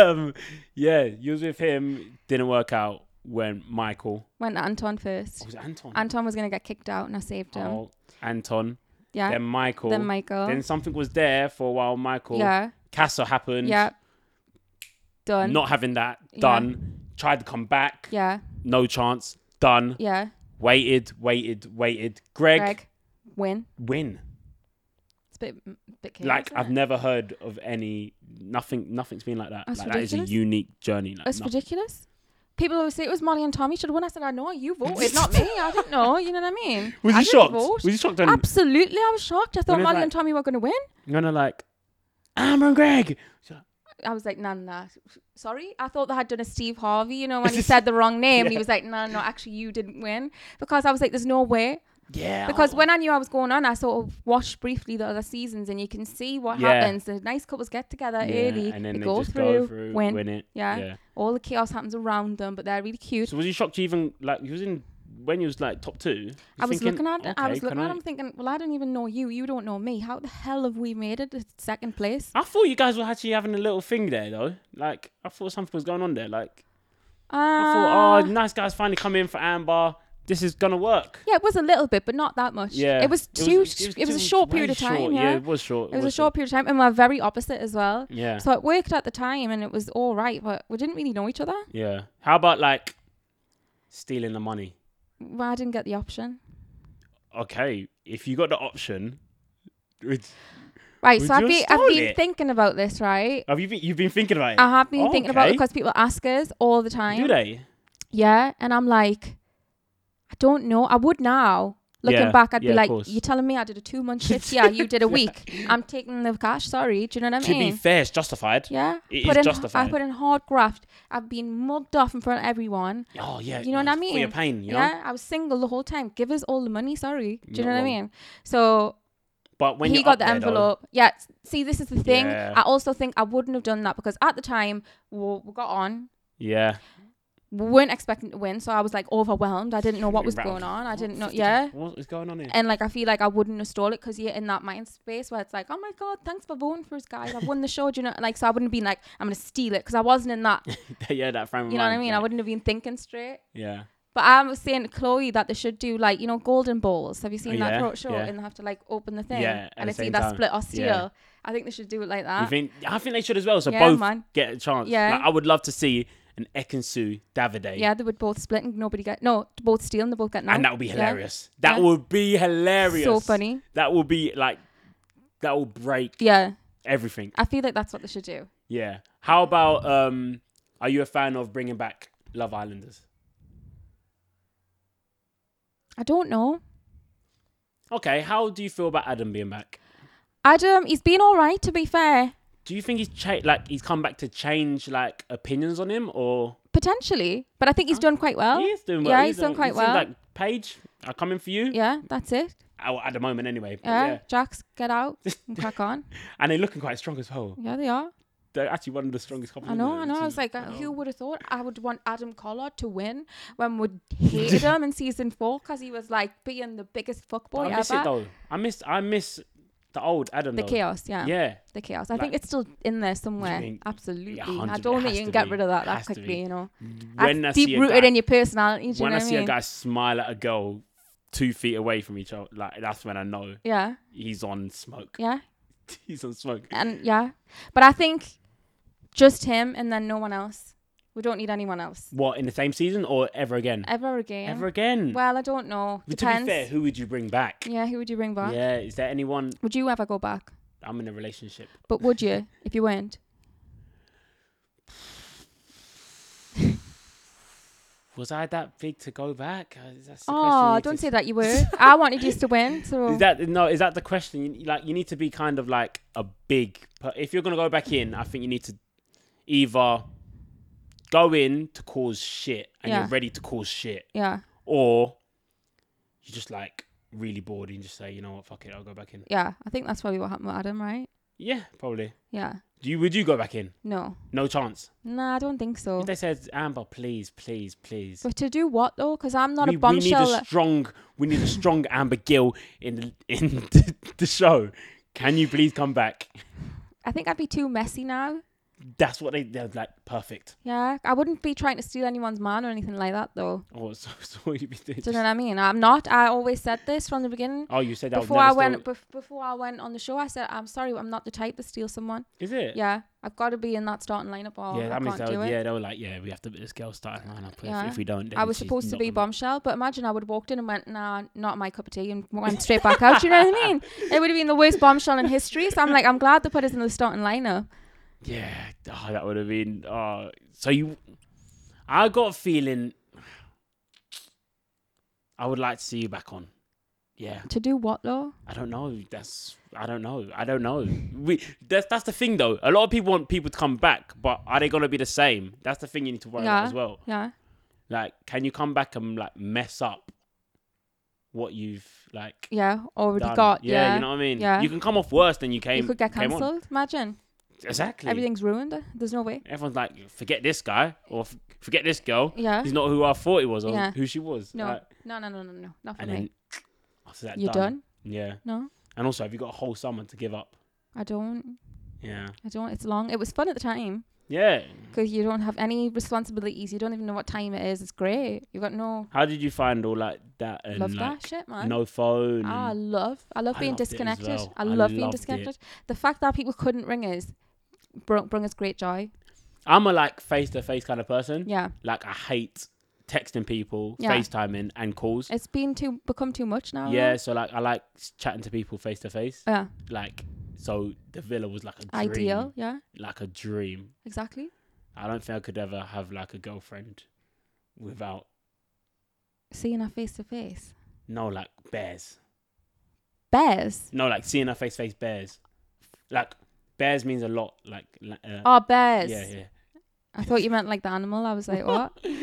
Speaker 1: um, yeah. You was with him. Didn't work out. When Michael
Speaker 2: went to Anton first.
Speaker 1: oh, was it Anton.
Speaker 2: Anton was gonna get kicked out, and I saved him.
Speaker 1: Oh, Anton.
Speaker 2: yeah.
Speaker 1: Then Michael.
Speaker 2: then Michael.
Speaker 1: Then something was there for a while. Michael.
Speaker 2: Yeah.
Speaker 1: Castle happened.
Speaker 2: Yeah. Done.
Speaker 1: Not having that
Speaker 2: Yeah.
Speaker 1: done. Tried to come back.
Speaker 2: yeah.
Speaker 1: No chance. Done.
Speaker 2: Yeah.
Speaker 1: Waited. Waited. Waited. Greg,
Speaker 2: Greg. Win.
Speaker 1: win.
Speaker 2: It's a bit, bit chaos,
Speaker 1: like
Speaker 2: isn't
Speaker 1: I've
Speaker 2: it?
Speaker 1: never heard of any nothing. Nothing's been like that.
Speaker 2: That's
Speaker 1: like, that is a
Speaker 2: ridiculous.
Speaker 1: unique journey. Like,
Speaker 2: It's
Speaker 1: nothing.
Speaker 2: ridiculous. People always say it was Molly and Tommy should have won. I said, I know you voted, not me. I didn't know. You know what I mean?
Speaker 1: Was
Speaker 2: I
Speaker 1: you
Speaker 2: didn't
Speaker 1: shocked?
Speaker 2: vote.
Speaker 1: Was you shocked? When,
Speaker 2: Absolutely, I was shocked. I thought
Speaker 1: When it's
Speaker 2: Molly
Speaker 1: like-
Speaker 2: and Tommy were going to win.
Speaker 1: you know, like Amber and Greg.
Speaker 2: I was like, nah, nah. Sorry, I thought they had done a Steve Harvey. You know, when he said the wrong name, and he
Speaker 1: Yeah.
Speaker 2: was like, nah, no, actually, you didn't win because I was like, there's no way.
Speaker 1: Yeah.
Speaker 2: Because when I knew I was going on, I sort of watched briefly the other seasons, and you can see what
Speaker 1: Yeah.
Speaker 2: happens. The nice couples get together
Speaker 1: Yeah,
Speaker 2: early,
Speaker 1: and then
Speaker 2: they,
Speaker 1: they
Speaker 2: go,
Speaker 1: just
Speaker 2: through,
Speaker 1: go through,
Speaker 2: win.
Speaker 1: it.
Speaker 2: Yeah. All the chaos happens around them, but they're really cute.
Speaker 1: So was you shocked? You even like you was in when you was like top two. you
Speaker 2: I was
Speaker 1: thinking,
Speaker 2: looking at I
Speaker 1: okay,
Speaker 2: was
Speaker 1: can
Speaker 2: looking at him thinking, well, I don't even know you. You don't know me. How the hell have we made it to second place?
Speaker 1: I thought you guys were actually having a little thing there though. Like I thought something was going on there. Like
Speaker 2: Uh,
Speaker 1: I thought, oh, nice guys finally come in for Amber. This is gonna work.
Speaker 2: yeah, it was a little bit, but not that much.
Speaker 1: Yeah,
Speaker 2: it was too. It was, a
Speaker 1: too-
Speaker 2: short
Speaker 1: way
Speaker 2: period of time.
Speaker 1: short.
Speaker 2: Yeah.
Speaker 1: it was short.
Speaker 2: it was a short period of time, and we're very opposite as well.
Speaker 1: Yeah,
Speaker 2: So it worked at the time, and it was all right, but we didn't really know each other.
Speaker 1: yeah. How about like stealing the money?
Speaker 2: Well, I didn't get the option.
Speaker 1: Okay, if you got the option, it's-
Speaker 2: Right,
Speaker 1: We
Speaker 2: so I've
Speaker 1: just
Speaker 2: been, I've
Speaker 1: stole
Speaker 2: been
Speaker 1: it.
Speaker 2: thinking about this, right?
Speaker 1: have you been, you've been thinking about it?
Speaker 2: I have been thinking about it
Speaker 1: Okay.
Speaker 2: because people ask us all the time.
Speaker 1: Do they?
Speaker 2: Yeah. And I'm like, I don't know. I would now. Looking
Speaker 1: Yeah,
Speaker 2: back, I'd
Speaker 1: yeah,
Speaker 2: be
Speaker 1: of
Speaker 2: like,
Speaker 1: course.
Speaker 2: you're telling me I did a two month shift? yeah, you did a week. I'm taking the cash. Sorry. Do you know what I
Speaker 1: To be
Speaker 2: mean?
Speaker 1: fair, it's justified.
Speaker 2: yeah.
Speaker 1: It
Speaker 2: put
Speaker 1: is
Speaker 2: in,
Speaker 1: justified.
Speaker 2: I put in hard graft. I've been mugged off in front of everyone.
Speaker 1: Oh yeah.
Speaker 2: You know what I
Speaker 1: For your
Speaker 2: mean?
Speaker 1: pain, you know.
Speaker 2: Yeah. I was single the whole time. Give us all the money. Sorry. Do you
Speaker 1: Not
Speaker 2: know what I
Speaker 1: wrong.
Speaker 2: mean? So
Speaker 1: But when
Speaker 2: he
Speaker 1: you're
Speaker 2: got
Speaker 1: up
Speaker 2: the
Speaker 1: there, though-
Speaker 2: envelope. Yeah. s- See, this is the thing.
Speaker 1: Yeah.
Speaker 2: I also think I wouldn't have done that because at the time we we got on.
Speaker 1: yeah.
Speaker 2: We weren't expecting to win, so I was like overwhelmed. I didn't know what was
Speaker 1: Round.
Speaker 2: going on. I didn't know.
Speaker 1: 50
Speaker 2: Yeah.
Speaker 1: What is going on here?
Speaker 2: And like I feel like I wouldn't have stole it because you're in that mind space where it's like, oh my god, thanks for voting for us, guys. I've won the show, do you know? Like so, I wouldn't be like, I'm gonna steal it because I wasn't in that.
Speaker 1: yeah, that frame of
Speaker 2: You know what I
Speaker 1: mind,
Speaker 2: mean?
Speaker 1: yeah.
Speaker 2: I wouldn't have been thinking straight.
Speaker 1: Yeah.
Speaker 2: But I was saying to Chloe that they should do like you know golden balls. Have you seen
Speaker 1: Oh, yeah,
Speaker 2: that throat show?
Speaker 1: yeah.
Speaker 2: And they have to like open the thing,
Speaker 1: Yeah, at
Speaker 2: and
Speaker 1: the
Speaker 2: it's
Speaker 1: same
Speaker 2: either
Speaker 1: time.
Speaker 2: split or steal.
Speaker 1: Yeah.
Speaker 2: I think they should do it like
Speaker 1: You
Speaker 2: that.
Speaker 1: think? I think they should as well. So
Speaker 2: Ah. Yeah,
Speaker 1: both
Speaker 2: man.
Speaker 1: get a chance.
Speaker 2: Yeah.
Speaker 1: Like, I would love to see an Ekansu Davide.
Speaker 2: Yeah, they would both split and nobody get no, both steal and they both get no.
Speaker 1: And that would be
Speaker 2: Yeah.
Speaker 1: hilarious. That
Speaker 2: Yeah.
Speaker 1: would be hilarious.
Speaker 2: So funny.
Speaker 1: That will be like, that will break
Speaker 2: Yeah,
Speaker 1: everything.
Speaker 2: I feel like that's what they should do.
Speaker 1: Yeah. How about? um Are you a fan of bringing back Love Islanders?
Speaker 2: I don't know.
Speaker 1: Okay. How do you feel about Adam being back?
Speaker 2: Adam, he's been all right to be fair.
Speaker 1: Do you think he's cha- like he's come back to change like opinions on him or?
Speaker 2: Potentially, but I
Speaker 1: Oh.
Speaker 2: think he's done quite well.
Speaker 1: He is doing well.
Speaker 2: Oh, Yeah, he's done quite
Speaker 1: he seems
Speaker 2: well.
Speaker 1: Like Paige, I come in for you.
Speaker 2: Yeah, that's it.
Speaker 1: Oh, at the moment, anyway. But
Speaker 2: Yeah,
Speaker 1: yeah.
Speaker 2: Jax, get out and crack on.
Speaker 1: And they're looking quite strong as well.
Speaker 2: Yeah, they are.
Speaker 1: They're actually one of the strongest couples.
Speaker 2: I
Speaker 1: in
Speaker 2: know,
Speaker 1: the-
Speaker 2: I know.
Speaker 1: which
Speaker 2: I
Speaker 1: is-
Speaker 2: was like, uh, who would have thought I would want Adam Collard to win when we hated him in season four because he was like being the biggest fuckboy
Speaker 1: I miss it
Speaker 2: ever.
Speaker 1: though. I miss. I miss the old Adam.
Speaker 2: The
Speaker 1: though.
Speaker 2: chaos, yeah.
Speaker 1: Yeah.
Speaker 2: The chaos. I think
Speaker 1: Like-
Speaker 2: it's still in there somewhere.
Speaker 1: think-
Speaker 2: Absolutely. I
Speaker 1: 100, it
Speaker 2: don't think
Speaker 1: has
Speaker 2: you can
Speaker 1: to
Speaker 2: get
Speaker 1: be.
Speaker 2: rid of that
Speaker 1: It
Speaker 2: that
Speaker 1: has to be.
Speaker 2: quickly, you know.
Speaker 1: When I
Speaker 2: That's
Speaker 1: see
Speaker 2: deep
Speaker 1: a
Speaker 2: rooted
Speaker 1: guy-
Speaker 2: in your personality, do you
Speaker 1: when
Speaker 2: know
Speaker 1: I
Speaker 2: what I
Speaker 1: see
Speaker 2: mean?
Speaker 1: a guy smile at a girl two feet away from each other, like that's when I know
Speaker 2: Yeah,
Speaker 1: he's on smoke.
Speaker 2: yeah.
Speaker 1: he's on smoke.
Speaker 2: and yeah but i think just him and then no one else we don't need anyone else
Speaker 1: What in the same season or ever again?
Speaker 2: ever again
Speaker 1: Ever again.
Speaker 2: well i don't know
Speaker 1: But to be
Speaker 2: depends
Speaker 1: fair, who would you bring back?
Speaker 2: yeah who would you bring back
Speaker 1: Yeah, is there anyone?
Speaker 2: would you ever go back
Speaker 1: I'm in a relationship.
Speaker 2: but would you if you weren't
Speaker 1: Was I that big to go back? Uh, That's the question you
Speaker 2: oh
Speaker 1: need
Speaker 2: don't
Speaker 1: to-
Speaker 2: say that you were i wanted you to win so
Speaker 1: Is that no? Is that the question? You, like you need to be kind of like a big. per- If you're gonna go back in, I think you need to either go in to cause shit and
Speaker 2: Yeah.
Speaker 1: you're ready to cause shit,
Speaker 2: yeah
Speaker 1: or you're just like really bored and just say, you know what, fuck it, I'll go back in.
Speaker 2: Yeah, I think that's probably what happened with Adam, right?
Speaker 1: Yeah, probably.
Speaker 2: Yeah.
Speaker 1: Do you would you go back in?
Speaker 2: No.
Speaker 1: No chance.
Speaker 2: Nah, I don't think so.
Speaker 1: If they said Amber, please, please, please.
Speaker 2: But to do what though? Because I'm not
Speaker 1: we,
Speaker 2: a
Speaker 1: we need
Speaker 2: bombshell.
Speaker 1: a strong we need a strong Amber Gill in the in the, the show. Can you please come back?
Speaker 2: I think I'd be too messy now.
Speaker 1: That's what they they're like perfect.
Speaker 2: Yeah, I wouldn't be trying to steal anyone's man or anything like that though.
Speaker 1: Oh, so, so what you be doing?
Speaker 2: Do you know what I mean? I'm not. I always said this from the beginning.
Speaker 1: Oh, you said that
Speaker 2: Before I went, bef- before I went on the show, I said I'm sorry, I'm not the type to steal someone.
Speaker 1: Is it?
Speaker 2: Yeah, I've got to be in that starting lineup or
Speaker 1: yeah,
Speaker 2: I
Speaker 1: that means
Speaker 2: can't
Speaker 1: they
Speaker 2: do
Speaker 1: were,
Speaker 2: it.
Speaker 1: yeah, they were like, yeah, we have to this girl starting lineup. If,
Speaker 2: Yeah.
Speaker 1: if we don't, then
Speaker 2: I was
Speaker 1: she's
Speaker 2: supposed to
Speaker 1: not
Speaker 2: be
Speaker 1: gonna-
Speaker 2: bombshell, but imagine I would have walked in and went, nah, not my cup of tea, and went straight back out. Do you know what I mean? It would have been the worst bombshell in history. So I'm like, I'm glad they put us in the starting lineup.
Speaker 1: Yeah, oh, that would have been. Oh, so you, I got a feeling. I would like to see you back on. Yeah,
Speaker 2: To do what though?
Speaker 1: I don't know. That's I don't know. I don't know. We that's that's the thing though. A lot of people want people to come back, but are they gonna be the same? That's the thing you need to worry about
Speaker 2: Yeah.
Speaker 1: as well.
Speaker 2: Yeah.
Speaker 1: Like, can you come back and like mess up what you've like
Speaker 2: Yeah. Already
Speaker 1: done?
Speaker 2: got. Yeah.
Speaker 1: you know what I mean.
Speaker 2: yeah.
Speaker 1: you can come off worse than you
Speaker 2: You
Speaker 1: came.
Speaker 2: could get
Speaker 1: came on.
Speaker 2: cancelled. Imagine.
Speaker 1: Exactly.
Speaker 2: Everything's ruined. There's no way.
Speaker 1: Everyone's like, forget this guy or f- forget this girl.
Speaker 2: Yeah.
Speaker 1: He's not who I thought he was or
Speaker 2: Yeah.
Speaker 1: who she was.
Speaker 2: No.
Speaker 1: Like,
Speaker 2: No, no, no, no, no. Not for
Speaker 1: and
Speaker 2: me.
Speaker 1: then after that,
Speaker 2: You're
Speaker 1: done.
Speaker 2: done?
Speaker 1: Yeah.
Speaker 2: No.
Speaker 1: And also, have you got a whole summer to give up?
Speaker 2: I don't.
Speaker 1: Yeah.
Speaker 2: I don't. It's long. It was fun at the time
Speaker 1: Yeah.
Speaker 2: because you don't have any responsibilities. You don't even know what time it is. It's great. You've got no.
Speaker 1: How did you find all like that and
Speaker 2: Love
Speaker 1: like
Speaker 2: that shit, man.
Speaker 1: no phone?
Speaker 2: Ah, I
Speaker 1: and-
Speaker 2: love, I love
Speaker 1: I
Speaker 2: being
Speaker 1: loved it as
Speaker 2: disconnected.
Speaker 1: well.
Speaker 2: I
Speaker 1: I
Speaker 2: love being
Speaker 1: loved it.
Speaker 2: disconnected. The fact that people couldn't ring us brought, brought us great joy.
Speaker 1: I'm a like face to face kind of person.
Speaker 2: Yeah,
Speaker 1: Like I hate texting people,
Speaker 2: Yeah.
Speaker 1: FaceTiming, and calls.
Speaker 2: it's been too become too much now.
Speaker 1: yeah. So like I like chatting to people face to face.
Speaker 2: yeah,
Speaker 1: Like so, the villa was like a dream.
Speaker 2: Uh. ideal. Yeah,
Speaker 1: Like a dream.
Speaker 2: exactly.
Speaker 1: I don't think I could ever have like a girlfriend without
Speaker 2: Seeing her face to face.
Speaker 1: no like bears.
Speaker 2: Bears.
Speaker 1: No, like seeing her face to face bears. Like bears means a lot. Like la- uh,
Speaker 2: Oh, bears.
Speaker 1: yeah, yeah.
Speaker 2: I thought you meant like the animal. I was like, what? Can't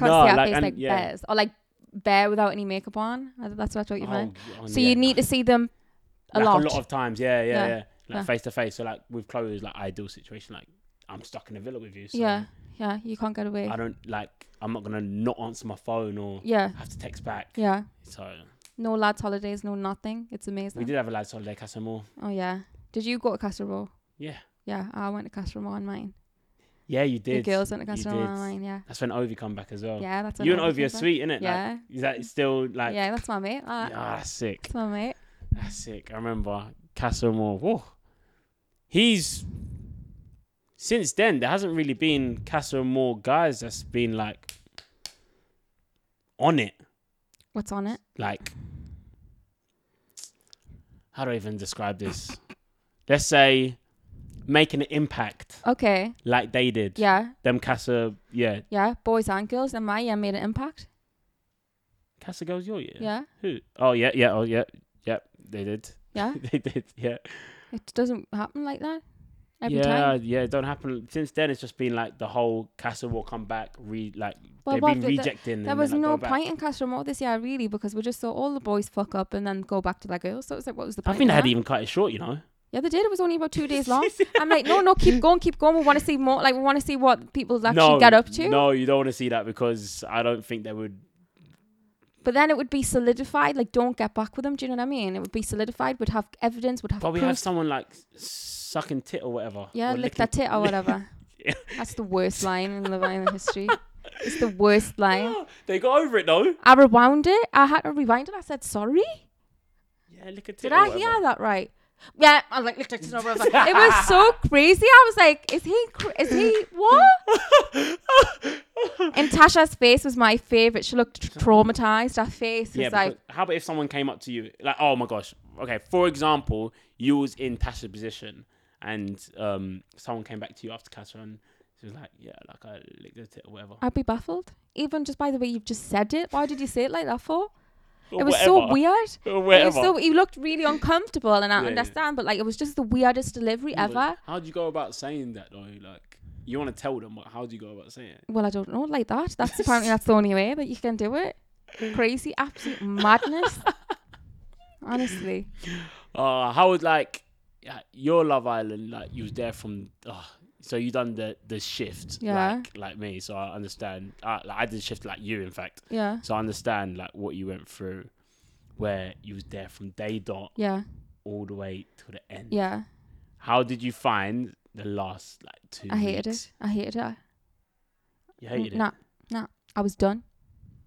Speaker 1: No,
Speaker 2: see her
Speaker 1: like,
Speaker 2: face
Speaker 1: and-
Speaker 2: like
Speaker 1: yeah.
Speaker 2: bears or like bear without any makeup on. I th- That's what I thought you meant.
Speaker 1: Oh, oh,
Speaker 2: So
Speaker 1: yeah.
Speaker 2: you need to see them a
Speaker 1: like
Speaker 2: lot.
Speaker 1: a lot of times. Yeah, yeah,
Speaker 2: Yeah,
Speaker 1: yeah.
Speaker 2: yeah.
Speaker 1: Like face to face. So like with Chloe, it was like ideal situation. Like I'm stuck in a villa with you. So
Speaker 2: yeah, yeah. You can't get away.
Speaker 1: I don't like. I'm not gonna not answer my phone or
Speaker 2: Yeah,
Speaker 1: have to text back.
Speaker 2: yeah.
Speaker 1: So
Speaker 2: No lads' holidays. No nothing. It's amazing.
Speaker 1: we did have a lads holiday, Casamore.
Speaker 2: Oh yeah. Did you go to Castlemore?
Speaker 1: Yeah.
Speaker 2: Yeah, I went to Castlemore on mine.
Speaker 1: Yeah, you
Speaker 2: The
Speaker 1: did.
Speaker 2: girls went to
Speaker 1: You
Speaker 2: Castlemore on
Speaker 1: did.
Speaker 2: mine. Yeah.
Speaker 1: That's when Ovi come back as well.
Speaker 2: Yeah, that's
Speaker 1: you
Speaker 2: when
Speaker 1: and
Speaker 2: I was
Speaker 1: Ovi are
Speaker 2: there.
Speaker 1: sweet, innit? Like,
Speaker 2: Yeah.
Speaker 1: is that still like?
Speaker 2: yeah, that's my mate. that.
Speaker 1: Ah, sick.
Speaker 2: That's my mate.
Speaker 1: That's sick. I remember Castlemore. Whoa. He's since then there hasn't really been Castlemore guys that's been like on it.
Speaker 2: What's on it?
Speaker 1: Like how do I even describe this? Let's say making an impact
Speaker 2: Okay.
Speaker 1: like they did.
Speaker 2: Yeah.
Speaker 1: Them Casa yeah.
Speaker 2: Yeah. Boys and girls and my yeah made an impact.
Speaker 1: Casa girls your year.
Speaker 2: Yeah. Yeah.
Speaker 1: Who? Oh yeah, yeah, oh yeah. Yep, they did. they did, yeah.
Speaker 2: It doesn't happen like that every
Speaker 1: yeah,
Speaker 2: time.
Speaker 1: yeah, it don't happen. Since then, it's just been like the whole Castle will come back, re like
Speaker 2: Well,
Speaker 1: they've
Speaker 2: what
Speaker 1: been
Speaker 2: the- the-
Speaker 1: rejecting.
Speaker 2: There
Speaker 1: and
Speaker 2: was
Speaker 1: then, like,
Speaker 2: no
Speaker 1: go back.
Speaker 2: point in Castlemore this year really because we just saw all the boys fuck up and then go back to their girls. So it was like, what was the
Speaker 1: I
Speaker 2: point?
Speaker 1: think they
Speaker 2: in
Speaker 1: had
Speaker 2: that?
Speaker 1: even cut it short, you know.
Speaker 2: Yeah, they did. It was only about two days long. I'm like, no, no, keep going, keep going. We want to see more. Like, we want to see what people actually
Speaker 1: no,
Speaker 2: get up to.
Speaker 1: No, you don't want to see that because I don't think they would.
Speaker 2: But then it would be solidified. Like, don't get back with them. Do you know what I mean? It would be solidified. Would have evidence. Would have
Speaker 1: But we
Speaker 2: proof.
Speaker 1: have someone like sucking tit or whatever.
Speaker 2: yeah,
Speaker 1: or licking-
Speaker 2: lick that tit or whatever.
Speaker 1: Yeah.
Speaker 2: That's the worst line in Love Island history. It's the worst line.
Speaker 1: They got over it though.
Speaker 2: I rewound it. I had to rewind it. I said sorry.
Speaker 1: Yeah, lick a tit.
Speaker 2: Did
Speaker 1: or
Speaker 2: I
Speaker 1: whatever.
Speaker 2: hear that right? Yeah, I was like lick that tit or whatever. It was so crazy. I was like, is he? cr- Is he what? And Tasha's face was my favorite. She looked tr- traumatized. Her face was
Speaker 1: Yeah,
Speaker 2: like,
Speaker 1: because how about if someone came up to you like, oh my gosh, okay. For example, you was in Tasha's position, and um, someone came back to you after Castle and she was like, yeah, like I licked her tit or whatever.
Speaker 2: I'd be baffled. Even just by the way you've just said it. Why did you say it like that for?
Speaker 1: Or
Speaker 2: it was so
Speaker 1: whatever.
Speaker 2: weird.
Speaker 1: Or
Speaker 2: It
Speaker 1: whatever.
Speaker 2: was so he looked really uncomfortable, and I
Speaker 1: yeah.
Speaker 2: understand, but like it was just the weirdest delivery ever.
Speaker 1: How do you go about saying that though? Like, you want to tell them, but how do you go about saying it?
Speaker 2: Well, I don't know, like that. That's apparently that's the only way that you can do it. Crazy, absolute madness. honestly.
Speaker 1: Uh, how would like yeah, your Love Island? Like you was there from, uh, so you done the the shift,
Speaker 2: Yeah.
Speaker 1: like like me. So I understand. Uh, like, I did shift like you, in fact.
Speaker 2: Yeah.
Speaker 1: So I understand like what you went through, where you was there from day dot
Speaker 2: Yeah.
Speaker 1: all the way to the end.
Speaker 2: Yeah.
Speaker 1: How did you find the last like two?
Speaker 2: I hated
Speaker 1: weeks?
Speaker 2: it. I hated it.
Speaker 1: You hated
Speaker 2: Nah.
Speaker 1: it.
Speaker 2: Nah. I was done.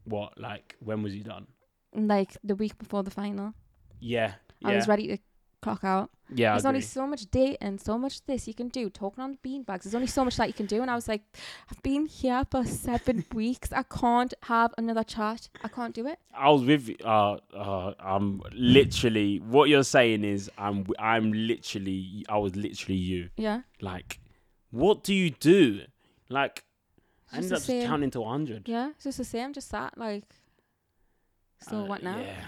Speaker 1: What like when was you done?
Speaker 2: Like the week before the final.
Speaker 1: Yeah. Yeah.
Speaker 2: I was ready to clock out.
Speaker 1: yeah. I
Speaker 2: There's only
Speaker 1: agree.
Speaker 2: so much dating, so much this you can do, talking on beanbags. There's only so much that you can do. And I was like, I've been here for seven weeks. I can't have another chat. I can't do it.
Speaker 1: I was with uh uh I'm literally what you're saying is I'm I'm literally I was literally you
Speaker 2: Yeah.
Speaker 1: like what do you do like I
Speaker 2: It's
Speaker 1: ended
Speaker 2: the
Speaker 1: up just
Speaker 2: same.
Speaker 1: counting to 100
Speaker 2: Yeah. It's just the same. Just that. Like, so
Speaker 1: Uh,
Speaker 2: what now?
Speaker 1: yeah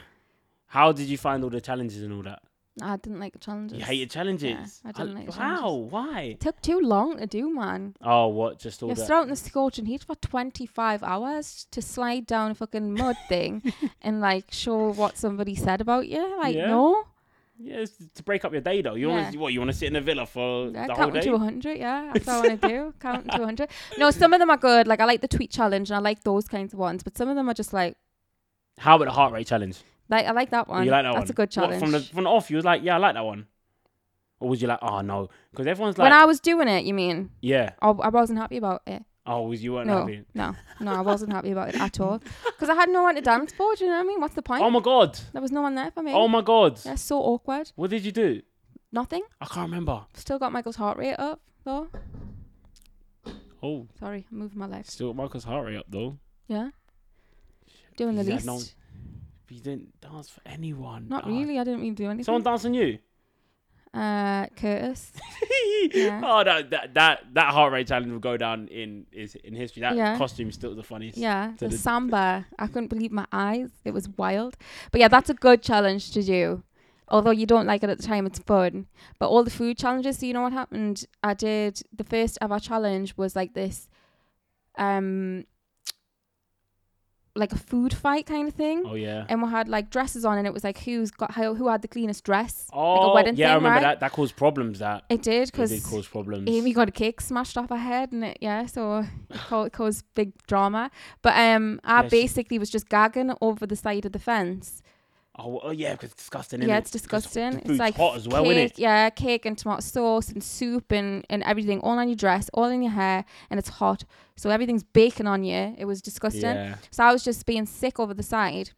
Speaker 1: how did you find all the challenges and all that
Speaker 2: I didn't like the challenges.
Speaker 1: you hated challenges
Speaker 2: I didn't like the
Speaker 1: wow
Speaker 2: challenges.
Speaker 1: why
Speaker 2: It took too long to do, man.
Speaker 1: oh what just all
Speaker 2: You're
Speaker 1: that
Speaker 2: still out in the scorching heat for 25 hours to slide down a fucking mud thing and like show what somebody said about you. Like,
Speaker 1: Yeah.
Speaker 2: no.
Speaker 1: yeah it's to break up your day though you want
Speaker 2: Yeah.
Speaker 1: what you want to sit in a villa for
Speaker 2: Yeah,
Speaker 1: the whole
Speaker 2: counting
Speaker 1: day
Speaker 2: to 100, yeah. That's what I want to do. Counting to 100. No, some of them are good. Like, I like the tweet challenge and I like those kinds of ones, but some of them are just like,
Speaker 1: how about the heart rate challenge
Speaker 2: like I like that one.
Speaker 1: You like that
Speaker 2: That's
Speaker 1: one?
Speaker 2: a good
Speaker 1: What,
Speaker 2: challenge.
Speaker 1: from the from the off, you was like, yeah, I like that one. Or was you like, oh no, because everyone's like,
Speaker 2: when I was doing it, you mean?
Speaker 1: yeah,
Speaker 2: I, I wasn't happy about it.
Speaker 1: oh, was you weren't
Speaker 2: No,
Speaker 1: happy?
Speaker 2: no, no, I wasn't happy about it at all. Because I had no one to dance for, do you know what I mean? What's the point?
Speaker 1: Oh my god,
Speaker 2: there was no one there for me.
Speaker 1: oh my god,
Speaker 2: yeah, so awkward.
Speaker 1: what did you do?
Speaker 2: Nothing.
Speaker 1: I can't remember.
Speaker 2: Still got Michael's heart rate up though.
Speaker 1: Oh,
Speaker 2: Sorry, I'm moving my legs.
Speaker 1: still Michael's heart rate up though.
Speaker 2: Yeah. Doing the
Speaker 1: Yeah,
Speaker 2: least.
Speaker 1: no, But you didn't dance for anyone.
Speaker 2: Not
Speaker 1: Ah.
Speaker 2: really. I didn't even do anything.
Speaker 1: Someone danced on you.
Speaker 2: uh, Curtis. Yeah.
Speaker 1: Oh, that, that that that heart rate challenge will go down in is in history. That
Speaker 2: Yeah.
Speaker 1: costume's still the funniest.
Speaker 2: Yeah,
Speaker 1: So
Speaker 2: the
Speaker 1: did-
Speaker 2: samba. I couldn't believe my eyes. It was wild. But yeah, that's a good challenge to do. Although you don't like it at the time, it's fun. But all the food challenges. So you know what happened? I did the first ever challenge was like this, um, like a food fight kind of thing.
Speaker 1: Oh yeah.
Speaker 2: and we had like dresses on, and it was like who's got how, who had the cleanest dress.
Speaker 1: Oh
Speaker 2: wedding
Speaker 1: yeah, I
Speaker 2: thing,
Speaker 1: remember
Speaker 2: right?
Speaker 1: that. That caused problems. That
Speaker 2: It did
Speaker 1: it did
Speaker 2: because
Speaker 1: cause problems.
Speaker 2: Amy got a cake smashed off her head, and it, yeah, so it ca- it caused big drama. But um,
Speaker 1: Yeah,
Speaker 2: I
Speaker 1: she-
Speaker 2: basically was just gagging over the side of the fence.
Speaker 1: Oh, oh yeah, because it's disgusting.
Speaker 2: yeah,
Speaker 1: innit?
Speaker 2: it's disgusting.
Speaker 1: The
Speaker 2: It's
Speaker 1: food's
Speaker 2: like
Speaker 1: hot as well,
Speaker 2: cake,
Speaker 1: isn't it?
Speaker 2: yeah, cake and tomato sauce and soup and and everything all on your dress, all in your hair, and it's hot, so everything's baking on you. It was disgusting.
Speaker 1: Yeah.
Speaker 2: So I was just being sick over the side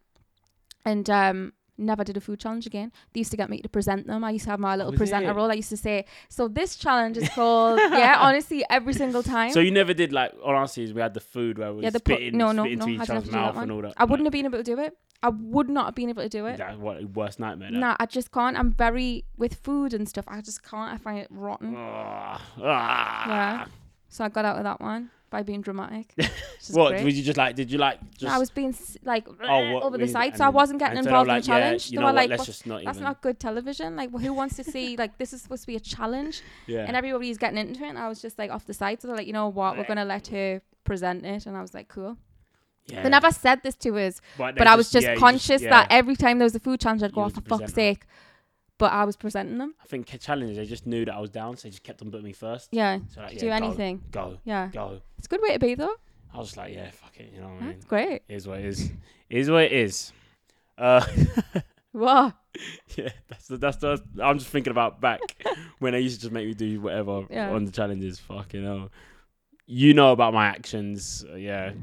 Speaker 2: and um never did a food challenge again. They used to get me to present them. I used to have my little
Speaker 1: Was
Speaker 2: presenter
Speaker 1: it?
Speaker 2: role. I used to say, So this challenge is called Yeah, honestly, every single time.
Speaker 1: So you never did like on our series we had the food where we
Speaker 2: yeah,
Speaker 1: yeah,
Speaker 2: the pro-
Speaker 1: spitting,
Speaker 2: no, no,
Speaker 1: spit
Speaker 2: no,
Speaker 1: into
Speaker 2: I
Speaker 1: each
Speaker 2: didn't have
Speaker 1: other's
Speaker 2: to do that
Speaker 1: mouth and
Speaker 2: one.
Speaker 1: all that.
Speaker 2: I wouldn't have been able to do it. I would not have been able to do it.
Speaker 1: That what worst nightmare.
Speaker 2: No,
Speaker 1: That.
Speaker 2: I just can't. I'm very with food and stuff. I just can't. I find it rotten.
Speaker 1: Ah,
Speaker 2: Yeah.
Speaker 1: ah.
Speaker 2: So I got out of that one by being dramatic. which is
Speaker 1: What
Speaker 2: great.
Speaker 1: was you just like? Did you like? Just, Oh,
Speaker 2: No, I was being s- like
Speaker 1: what
Speaker 2: over the
Speaker 1: means-
Speaker 2: side, so I
Speaker 1: and-
Speaker 2: wasn't getting
Speaker 1: and so they were
Speaker 2: involved in the
Speaker 1: like, yeah, you
Speaker 2: challenge. they
Speaker 1: know
Speaker 2: were
Speaker 1: what?
Speaker 2: like,
Speaker 1: Let's
Speaker 2: "What's
Speaker 1: just not
Speaker 2: That's
Speaker 1: even.
Speaker 2: not good television. Like, who wants to see, like, this is supposed to be a challenge?
Speaker 1: yeah.
Speaker 2: And everybody was getting into it. And I was just, like, off the side. So they're like, you know what? We're
Speaker 1: Right.
Speaker 2: going to let her present it. And I was like, cool.
Speaker 1: yeah.
Speaker 2: They never said this to us.
Speaker 1: they
Speaker 2: But I was just
Speaker 1: yeah, you
Speaker 2: conscious
Speaker 1: yeah.
Speaker 2: that every time there was a food challenge, I'd
Speaker 1: You
Speaker 2: go, oh,
Speaker 1: was
Speaker 2: for
Speaker 1: the
Speaker 2: fuck's
Speaker 1: presenter.
Speaker 2: sake. But I was presenting them.
Speaker 1: I think challenges. They just knew that I was down, so they just kept on putting me first.
Speaker 2: Yeah.
Speaker 1: So like,
Speaker 2: Do
Speaker 1: yeah, go,
Speaker 2: anything.
Speaker 1: Go,
Speaker 2: Yeah.
Speaker 1: go.
Speaker 2: It's a good way to be, though.
Speaker 1: I was just like, yeah, fuck it. You know what I mean?
Speaker 2: That's great.
Speaker 1: It is what it is. It is what it is. Uh,
Speaker 2: Wow.
Speaker 1: Yeah, that's the, that's the. I'm just thinking about back when they used to just make me do whatever
Speaker 2: Yeah.
Speaker 1: on the challenges. Fucking hell. You know about my actions. uh, yeah,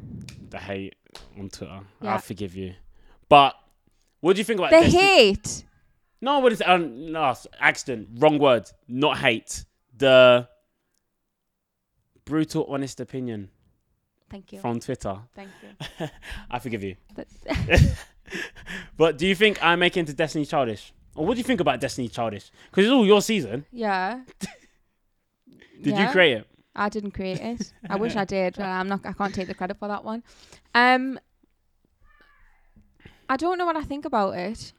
Speaker 1: the hate on Twitter.
Speaker 2: Yeah.
Speaker 1: I forgive you. But what do you think about
Speaker 2: The
Speaker 1: Desti-
Speaker 2: hate.
Speaker 1: No, what is um, no, s- accident. Wrong word. Not hate. The brutal, honest opinion
Speaker 2: Thank you.
Speaker 1: from Twitter.
Speaker 2: Thank you.
Speaker 1: I forgive you.
Speaker 2: That's-
Speaker 1: But do you think I make it into Destiny Childish? Or what do you think about Destiny Childish? Because it's all your season.
Speaker 2: yeah.
Speaker 1: Did you
Speaker 2: Yeah.
Speaker 1: create it?
Speaker 2: I didn't create it. I wish I did, but I'm not. I can't take the credit for that one. Um, I don't know what I think about it.